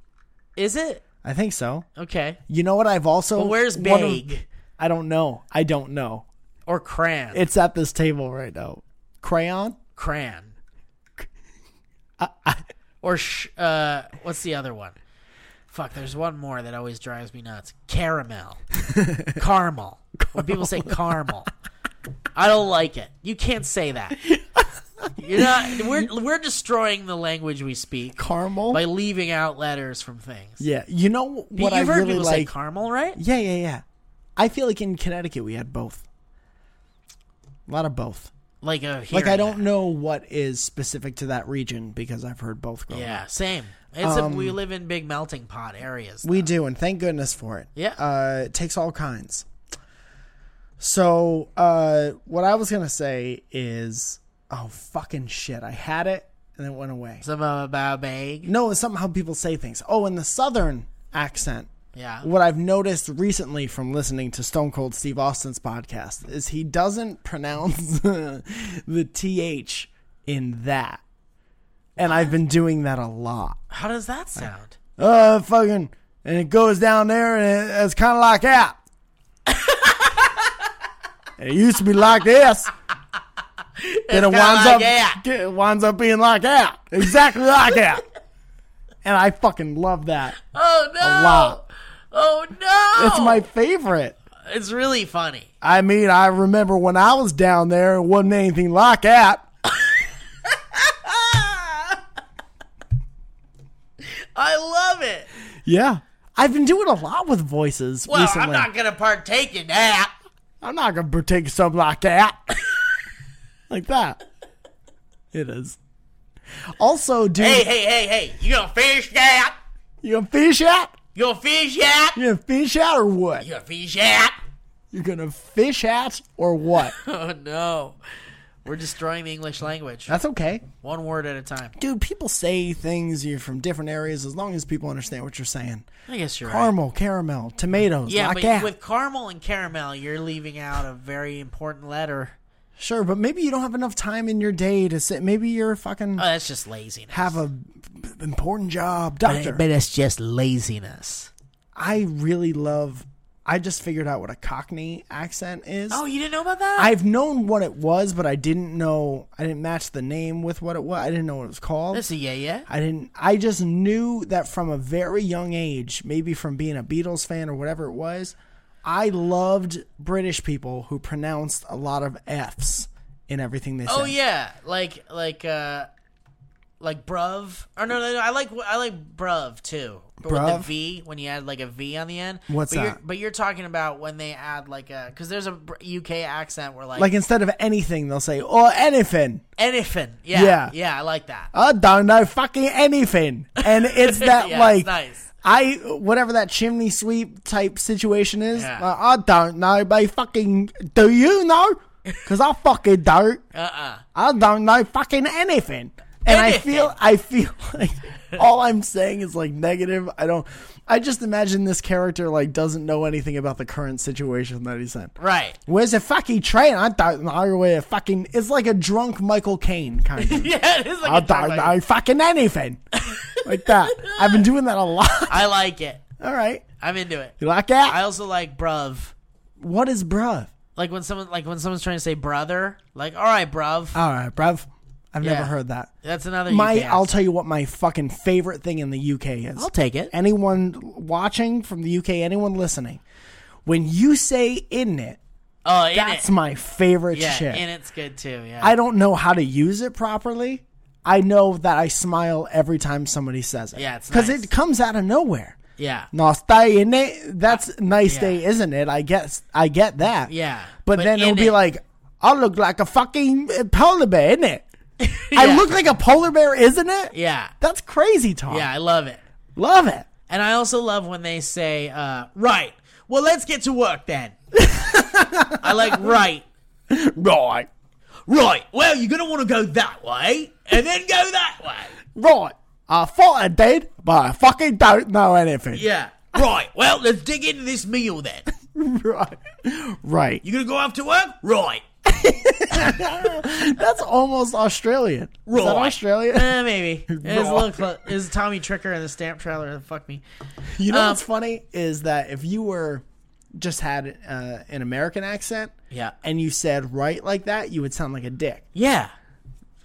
[SPEAKER 2] is it
[SPEAKER 3] I think so.
[SPEAKER 2] okay?
[SPEAKER 3] You know what I've also
[SPEAKER 2] But where's
[SPEAKER 3] one of-
[SPEAKER 2] bag
[SPEAKER 3] I don't know. I don't know.
[SPEAKER 2] or crayon?
[SPEAKER 3] It's at this table right now. Crayon?
[SPEAKER 2] crayon or sh- uh what's the other one fuck there's one more that always drives me nuts caramel caramel when people say caramel i don't like it you can't say that you're not we're, we're destroying the language we speak
[SPEAKER 3] Caramel?
[SPEAKER 2] by leaving out letters from things
[SPEAKER 3] yeah. You know what I
[SPEAKER 2] you've heard
[SPEAKER 3] really
[SPEAKER 2] people
[SPEAKER 3] like?
[SPEAKER 2] say caramel right
[SPEAKER 3] yeah, yeah, yeah. I feel like in Connecticut we had both. A lot of both.
[SPEAKER 2] like a
[SPEAKER 3] Like I don't know what is specific to that region because I've heard both growing up.
[SPEAKER 2] yeah same it's a, we live in big melting pot areas
[SPEAKER 3] um, We do, and thank goodness for it.
[SPEAKER 2] Yeah.
[SPEAKER 3] Uh, it takes all kinds. So, uh, what I was going to say is oh, fucking shit. I had it and it went away.
[SPEAKER 2] some about bag
[SPEAKER 3] No, it's somehow people say things. Oh, in the Southern accent,
[SPEAKER 2] yeah
[SPEAKER 3] uh, what I've noticed recently from listening to Stone Cold Steve Austin's podcast is he doesn't pronounce the TH in that. And I've been doing that a lot
[SPEAKER 2] how does that sound
[SPEAKER 3] uh, fucking, and it goes down there, and it, it's kind of like that. And it used to be like this. Then it
[SPEAKER 2] kinda
[SPEAKER 3] winds
[SPEAKER 2] like
[SPEAKER 3] up,
[SPEAKER 2] that.
[SPEAKER 3] it winds up being like that, exactly like that. And I fucking love that
[SPEAKER 2] Oh no!
[SPEAKER 3] a lot.
[SPEAKER 2] Oh no!
[SPEAKER 3] It's my favorite.
[SPEAKER 2] It's really funny.
[SPEAKER 3] I mean, I remember when I was down there, it wasn't anything like that.
[SPEAKER 2] I love it.
[SPEAKER 3] Yeah, I've been doing a lot with voices
[SPEAKER 2] Well,
[SPEAKER 3] recently.
[SPEAKER 2] I'm not gonna partake in that.
[SPEAKER 3] I'm not gonna partake of something like that. like that. It is. Also, dude,
[SPEAKER 2] Hey, hey, hey, hey! You gonna fish that?
[SPEAKER 3] you gonna fish out?
[SPEAKER 2] You gonna fish that?
[SPEAKER 3] You gonna fish out or what?
[SPEAKER 2] You gonna fish that?
[SPEAKER 3] You're gonna fish out or what?
[SPEAKER 2] Oh no! We're destroying the English language,
[SPEAKER 3] That's okay.
[SPEAKER 2] one word at a time.
[SPEAKER 3] Dude, people say things you're from different areas as long as people understand what you're saying.
[SPEAKER 2] I guess you're right.
[SPEAKER 3] Caramel, caramel, tomatoes,
[SPEAKER 2] Yeah,
[SPEAKER 3] like
[SPEAKER 2] but
[SPEAKER 3] that.
[SPEAKER 2] with caramel and caramel, you're leaving out a very important letter.
[SPEAKER 3] sure, but maybe you don't have enough time in your day to sit. Maybe you're fucking
[SPEAKER 2] Oh, that's just laziness.
[SPEAKER 3] have a important job, doctor.
[SPEAKER 2] but that's just laziness.
[SPEAKER 3] I really love. I just figured out what a Cockney accent is.
[SPEAKER 2] Oh, you didn't know about that?
[SPEAKER 3] I've known what it was, but I didn't know. I didn't match the name with what it was. I didn't know what it was called.
[SPEAKER 2] That's a yeah, yeah.
[SPEAKER 3] I didn't. I just knew that from a very young age, maybe from being a Beatles fan or whatever it was. I loved British people who pronounced a lot of F's in everything they said.
[SPEAKER 2] Oh yeah, like like uh like bruv. Or no, no, no. I like I like bruv too. But with
[SPEAKER 3] Bruv?
[SPEAKER 2] the V when you add like a V on the end.
[SPEAKER 3] What's
[SPEAKER 2] but You're,
[SPEAKER 3] that?
[SPEAKER 2] but you're talking about when they add like a because there's a br- UK accent where like,
[SPEAKER 3] Like instead of anything, they'll say or anything.
[SPEAKER 2] anything. Yeah,
[SPEAKER 3] Yeah.
[SPEAKER 2] yeah, I like that.
[SPEAKER 3] I don't know fucking anything. And it's that
[SPEAKER 2] Yeah,
[SPEAKER 3] like
[SPEAKER 2] nice.
[SPEAKER 3] I whatever that chimney sweep type situation is.
[SPEAKER 2] Yeah.
[SPEAKER 3] like, I don't know, but fucking do you know? Cause I fucking don't.
[SPEAKER 2] Uh-uh.
[SPEAKER 3] I don't know fucking anything. And I feel I feel like all I'm saying is like negative. I don't I just imagine this character like doesn't know anything about the current situation that he's in.
[SPEAKER 2] Right.
[SPEAKER 3] Where's a fucking train? I don't know where a fucking it's like a drunk Michael Caine kind of.
[SPEAKER 2] Yeah, it is like
[SPEAKER 3] I
[SPEAKER 2] a drug
[SPEAKER 3] don't
[SPEAKER 2] like-
[SPEAKER 3] know fucking anything. like that. I've been doing that a lot.
[SPEAKER 2] I like it.
[SPEAKER 3] All right.
[SPEAKER 2] I'm into it.
[SPEAKER 3] You like that?
[SPEAKER 2] I also like bruv.
[SPEAKER 3] what is bruv?
[SPEAKER 2] Like when someone like when someone's trying to say brother, like all right, bruv.
[SPEAKER 3] All right, bruv. I've
[SPEAKER 2] Yeah.
[SPEAKER 3] never heard that.
[SPEAKER 2] That's another
[SPEAKER 3] My
[SPEAKER 2] UK
[SPEAKER 3] I'll
[SPEAKER 2] accent.
[SPEAKER 3] tell you what my fucking favorite thing in the UK is.
[SPEAKER 2] I'll take it.
[SPEAKER 3] anyone watching from the UK, anyone listening, when you say in it,
[SPEAKER 2] Oh, in
[SPEAKER 3] that's
[SPEAKER 2] it.
[SPEAKER 3] my favorite
[SPEAKER 2] Yeah,
[SPEAKER 3] shit.
[SPEAKER 2] and it's good too. Yeah.
[SPEAKER 3] I don't know how to use it properly. I know that I smile every time somebody says it.
[SPEAKER 2] Yeah, it's nice.
[SPEAKER 3] it comes out of nowhere.
[SPEAKER 2] yeah.
[SPEAKER 3] Nice day, isn't it? That's nice
[SPEAKER 2] yeah.
[SPEAKER 3] day, isn't it? I guess I get that.
[SPEAKER 2] Yeah.
[SPEAKER 3] But, then it'll
[SPEAKER 2] in
[SPEAKER 3] be
[SPEAKER 2] it-
[SPEAKER 3] like, I look like a fucking uh, polar bear, isn't it? I
[SPEAKER 2] Yeah.
[SPEAKER 3] look like a polar bear, isn't it?
[SPEAKER 2] Yeah.
[SPEAKER 3] That's crazy talk.
[SPEAKER 2] Yeah, I love it.
[SPEAKER 3] Love it.
[SPEAKER 2] And I also love when they say, uh, right. Well, let's get to work then. I like right.
[SPEAKER 3] Right.
[SPEAKER 2] Right. Well, you're going to want to go that way and then go that way.
[SPEAKER 3] Right. I thought I did, but I fucking don't know anything.
[SPEAKER 2] Yeah. Right. Well, let's dig into this meal then.
[SPEAKER 3] Right. Right.
[SPEAKER 2] You're going to go after work? Right.
[SPEAKER 3] That's almost Australian. Is that
[SPEAKER 2] Right.
[SPEAKER 3] Australian?
[SPEAKER 2] Uh, maybe. It was a little close. It was Tommy Tricker and the Stamp Traveler. Fuck me.
[SPEAKER 3] You know
[SPEAKER 2] Um,
[SPEAKER 3] what's funny is that if you were just had uh, an American accent
[SPEAKER 2] Yeah.
[SPEAKER 3] and you said right like that, you would sound like a dick.
[SPEAKER 2] Yeah.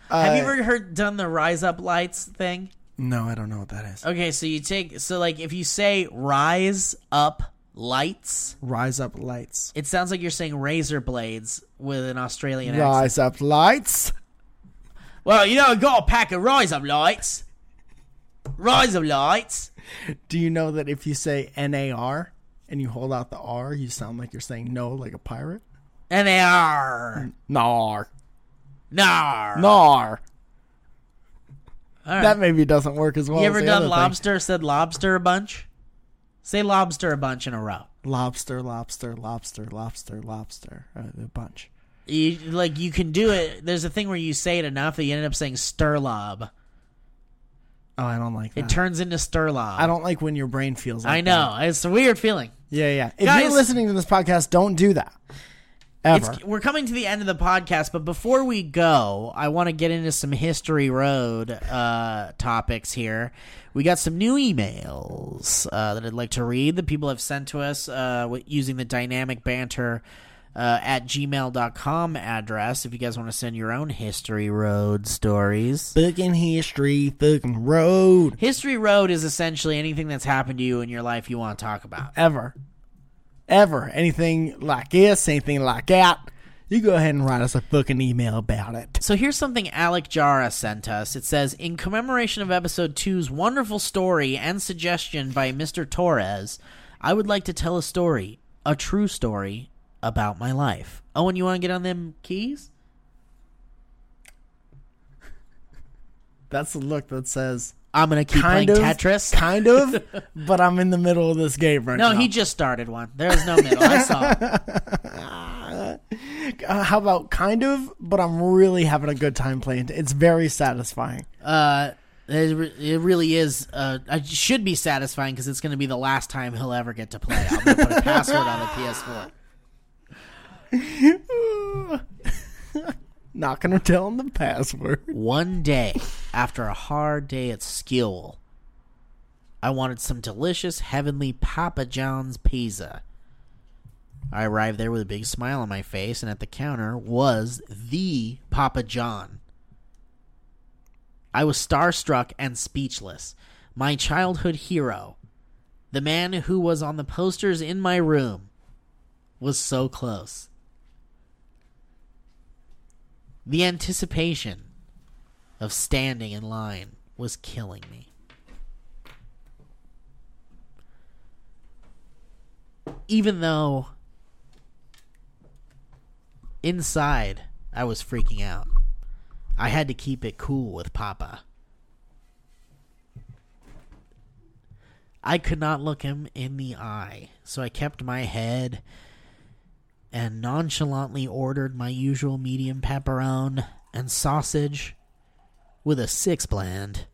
[SPEAKER 2] Have you
[SPEAKER 3] Uh,
[SPEAKER 2] ever heard done the rise up lights thing?
[SPEAKER 3] No, I don't know what that is.
[SPEAKER 2] Okay, so you take so like if you say rise up lights,
[SPEAKER 3] Rise up lights.
[SPEAKER 2] it sounds like you're saying razor blades with an Australian accent.
[SPEAKER 3] Rise up lights.
[SPEAKER 2] Well, you know, I got a pack of rise up lights. Rise up lights.
[SPEAKER 3] Do you know that if you say NAR and you hold out the R, you sound like you're saying no like a pirate?
[SPEAKER 2] And they are.
[SPEAKER 3] Nar.
[SPEAKER 2] Nar.
[SPEAKER 3] Nar.
[SPEAKER 2] All right.
[SPEAKER 3] That maybe doesn't work as well.
[SPEAKER 2] you
[SPEAKER 3] as
[SPEAKER 2] ever
[SPEAKER 3] the
[SPEAKER 2] done
[SPEAKER 3] other thing.
[SPEAKER 2] lobster said lobster a bunch? Say lobster a bunch in a row.
[SPEAKER 3] Lobster, lobster, lobster, lobster, lobster. Uh, a bunch.
[SPEAKER 2] You, like you can do it. There's a thing where you say it enough that you end up saying stirlob.
[SPEAKER 3] Oh, I don't like
[SPEAKER 2] It
[SPEAKER 3] that.
[SPEAKER 2] turns into stirlob.
[SPEAKER 3] I don't like when your brain feels like
[SPEAKER 2] I know. It's a weird feeling.
[SPEAKER 3] That. Yeah, yeah. If
[SPEAKER 2] Guys-
[SPEAKER 3] you're listening to this podcast, don't do that. Ever.
[SPEAKER 2] It's, we're coming to the end of the podcast, but before we go, I want to get into some history road uh, topics here. We got some new emails uh, that I'd like to read that people have sent to us uh, wi- using the dynamic banter uh, at gmail.com address if you guys want to send your own history road stories.
[SPEAKER 3] fucking history, fucking road.
[SPEAKER 2] History road is essentially anything that's happened to you in your life you want to talk about.
[SPEAKER 3] Ever. Ever. Anything like this, anything like that, you go ahead and write us a fucking email about it.
[SPEAKER 2] So here's something Alec Jara sent us. It says, in commemoration of episode two's wonderful story and suggestion by Mr. Torres, I would like to tell a story, a true story, about my life. Owen, you want to get on them keys?
[SPEAKER 3] That's the look that says
[SPEAKER 2] I'm going to keep
[SPEAKER 3] kind of
[SPEAKER 2] playing Tetris.
[SPEAKER 3] Kind of, but I'm in the middle of this game right
[SPEAKER 2] no,
[SPEAKER 3] now.
[SPEAKER 2] he just started one. There's no middle. I saw. it.
[SPEAKER 3] Uh, how about kind of, but I'm really having a good time playing. It's very satisfying.
[SPEAKER 2] Uh, it re- it really is. Uh, it should be satisfying because it's going to be the last time he'll ever get to play. I'm going to put a password on the PS4.
[SPEAKER 3] Not gonna tell him the password.
[SPEAKER 2] One day, after a hard day at school, I wanted some delicious heavenly Papa John's pizza. I arrived there with a big smile on my face, and at the counter was the Papa John. I was starstruck and speechless. My childhood hero, the man who was on the posters in my room, was so close. The anticipation of standing in line was killing me. Even though inside I was freaking out, I had to keep it cool with Papa. I could not look him in the eye, so I kept my head and nonchalantly ordered my usual medium pepperone and sausage with a six blend,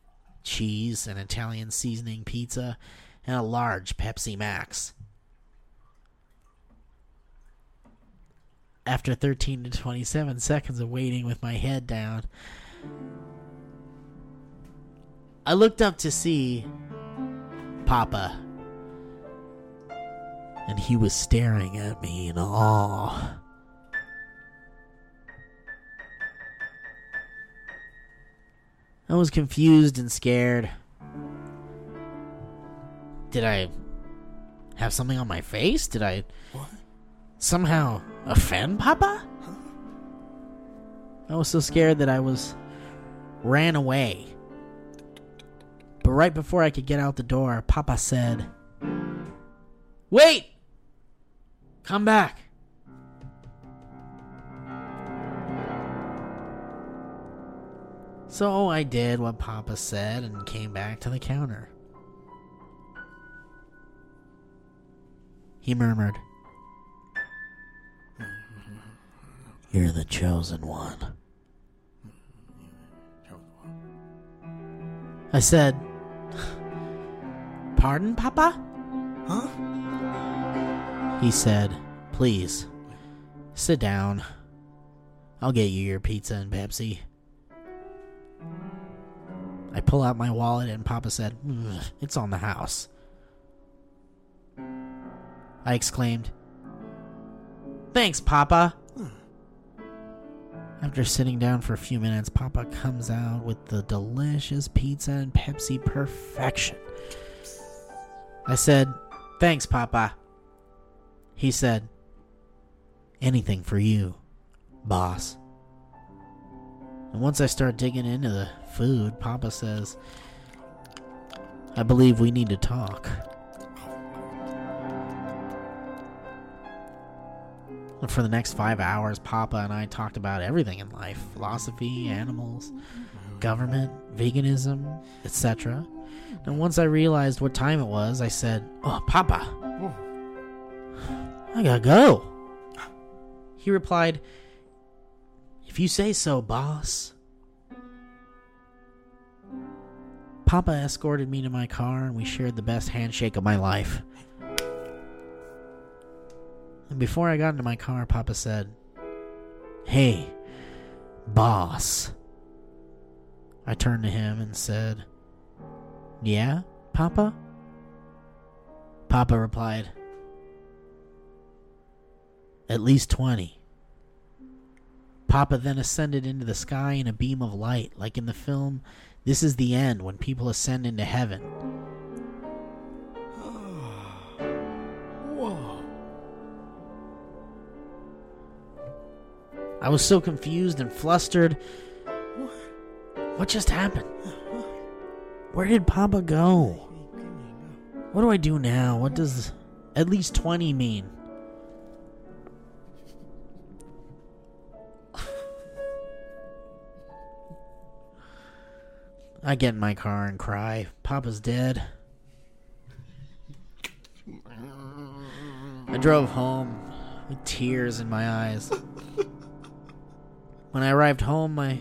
[SPEAKER 2] cheese, an Italian seasoning pizza, and a large Pepsi Max. After 13 to 27 seconds of waiting with my head down, I looked up to see Papa. And he was staring at me in awe. I was confused and scared. Did I have something on my face? Did I somehow offend Papa? I was so scared that I was ran away. But right before I could get out the door, Papa said, Wait! Come back. So I did what Papa said and came back to the counter. He murmured, You're the chosen one. I said, Pardon, Papa?
[SPEAKER 3] Huh?
[SPEAKER 2] He said, Please, sit down. I'll get you your pizza and Pepsi. I pull out my wallet, and Papa said, "Ugh, It's on the house. I exclaimed, Thanks, Papa. After sitting down for a few minutes, Papa comes out with the delicious pizza and Pepsi perfection. I said, Thanks, Papa. He said, Anything for you, boss. And once I start digging into the food, Papa says, I believe we need to talk. And for the next five hours, Papa and I talked about everything in life philosophy, animals, government, veganism, etc. And once I realized what time it was, I said, Oh, Papa, I gotta go. He replied, If you say so, boss. Papa escorted me to my car and we shared the best handshake of my life. And before I got into my car, Papa said, Hey, boss. I turned to him and said, Yeah, Papa? Papa replied, at least 20. Papa then ascended into the sky in a beam of light, like in the film This Is the End when people ascend into heaven.
[SPEAKER 3] Whoa.
[SPEAKER 2] I was so confused and flustered. What just happened? Where did Papa go? What do I do now? What does at least 20 mean? I get in my car and cry. Papa's dead. I drove home with tears in my eyes. When I arrived home, my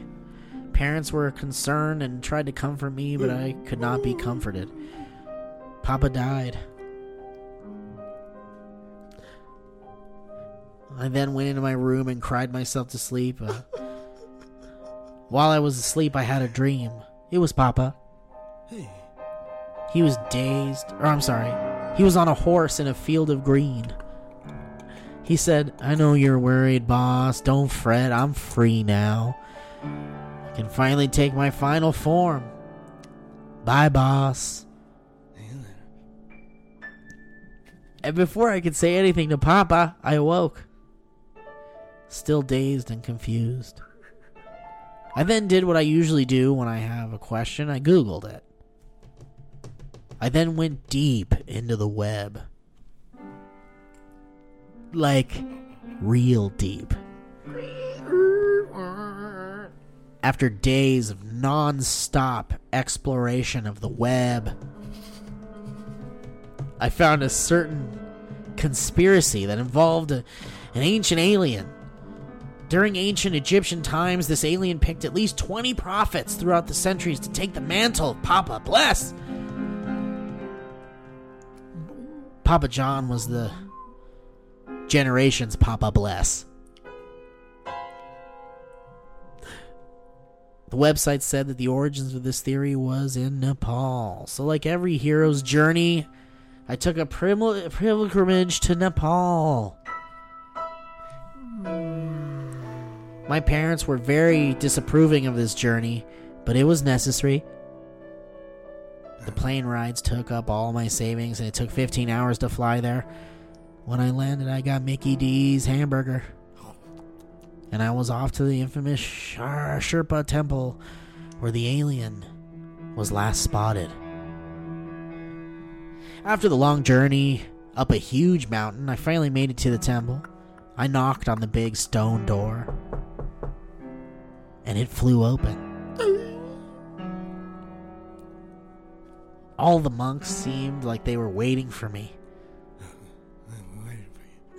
[SPEAKER 2] parents were concerned and tried to comfort me, but I could not be comforted. Papa died. I then went into my room and cried myself to sleep. Uh, while I was asleep, I had a dream. It was Papa. He was dazed, or I'm sorry, he was on a horse in a field of green. He said, I know you're worried, boss. Don't fret. I'm free now. I can finally take my final form. Bye, boss. And before I could say anything to Papa, I awoke. Still dazed and confused. I then did what I usually do when I have a question I Googled it. I then went deep into the web like real deep. After days of non stop exploration of the web, I found a certain conspiracy that involved a, an ancient alien. During ancient Egyptian times, this alien picked at least 20 prophets throughout the centuries to take the mantle of Papa Bless. Papa John was the generation's Papa Bless. The website said that the origins of this theory was in Nepal. So, like every hero's journey, I took a primil- pilgrimage to Nepal. My parents were very disapproving of this journey, but it was necessary. The plane rides took up all my savings, and it took 15 hours to fly there. When I landed, I got Mickey D's hamburger and I was off to the infamous Shar- Sherpa Temple where the alien was last spotted. After the long journey up a huge mountain, I finally made it to the temple. I knocked on the big stone door, and it flew open. All the monks seemed like they were waiting for me.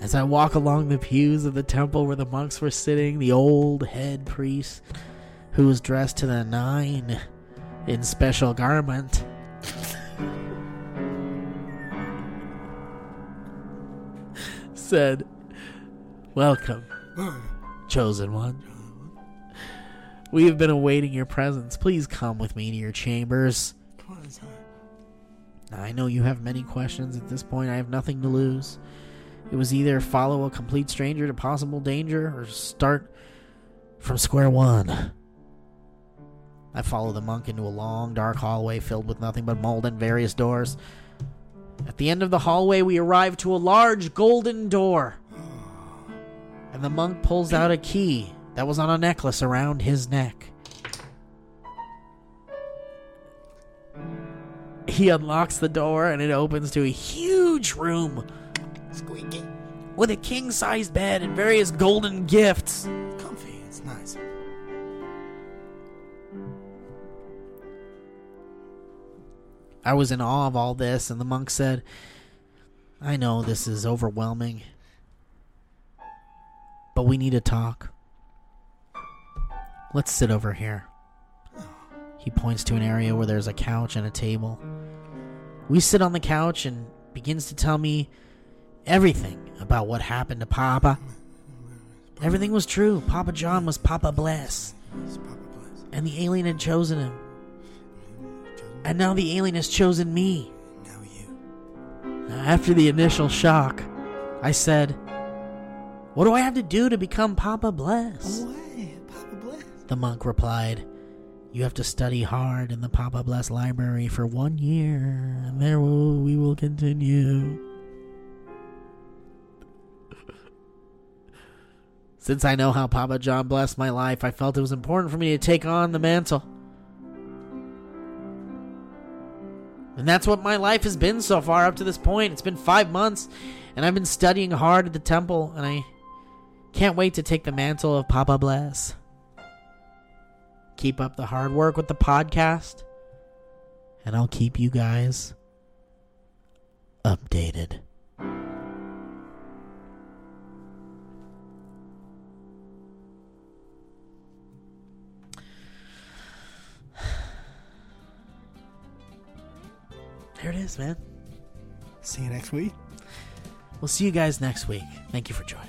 [SPEAKER 2] As I walk along the pews of the temple where the monks were sitting, the old head priest, who was dressed to the nine in special garment, said, Welcome, chosen one. We have been awaiting your presence. Please come with me to your chambers. I know you have many questions at this point. I have nothing to lose. It was either follow a complete stranger to possible danger or start from square one. I follow the monk into a long, dark hallway filled with nothing but mold and various doors. At the end of the hallway, we arrive to a large golden door. And the monk pulls out a key that was on a necklace around his neck. He unlocks the door and it opens to a huge room
[SPEAKER 3] Squeaky.
[SPEAKER 2] with a king sized bed and various golden gifts.
[SPEAKER 3] Comfy. It's nice.
[SPEAKER 2] I was in awe of all this, and the monk said, I know this is overwhelming, but we need to talk. Let's sit over here. He points to an area where there's a couch and a table. We sit on the couch and begins to tell me everything about what happened to Papa. Everything was true. Papa John was Papa Bless, and the alien had chosen him. And now the alien has chosen me.
[SPEAKER 3] Now you.
[SPEAKER 2] After the initial shock, I said, What do I have to do to become Papa Bless?
[SPEAKER 3] Way, Papa Bless.
[SPEAKER 2] The monk replied, You have to study hard in the Papa Bless library for one year, and there will, we will continue. Since I know how Papa John blessed my life, I felt it was important for me to take on the mantle. And that's what my life has been so far up to this point. It's been five months, and I've been studying hard at the temple, and I can't wait to take the mantle of Papa Bless. Keep up the hard work with the podcast, and I'll keep you guys updated. There it is, man.
[SPEAKER 3] See you next week.
[SPEAKER 2] We'll see you guys next week. Thank you for joining us.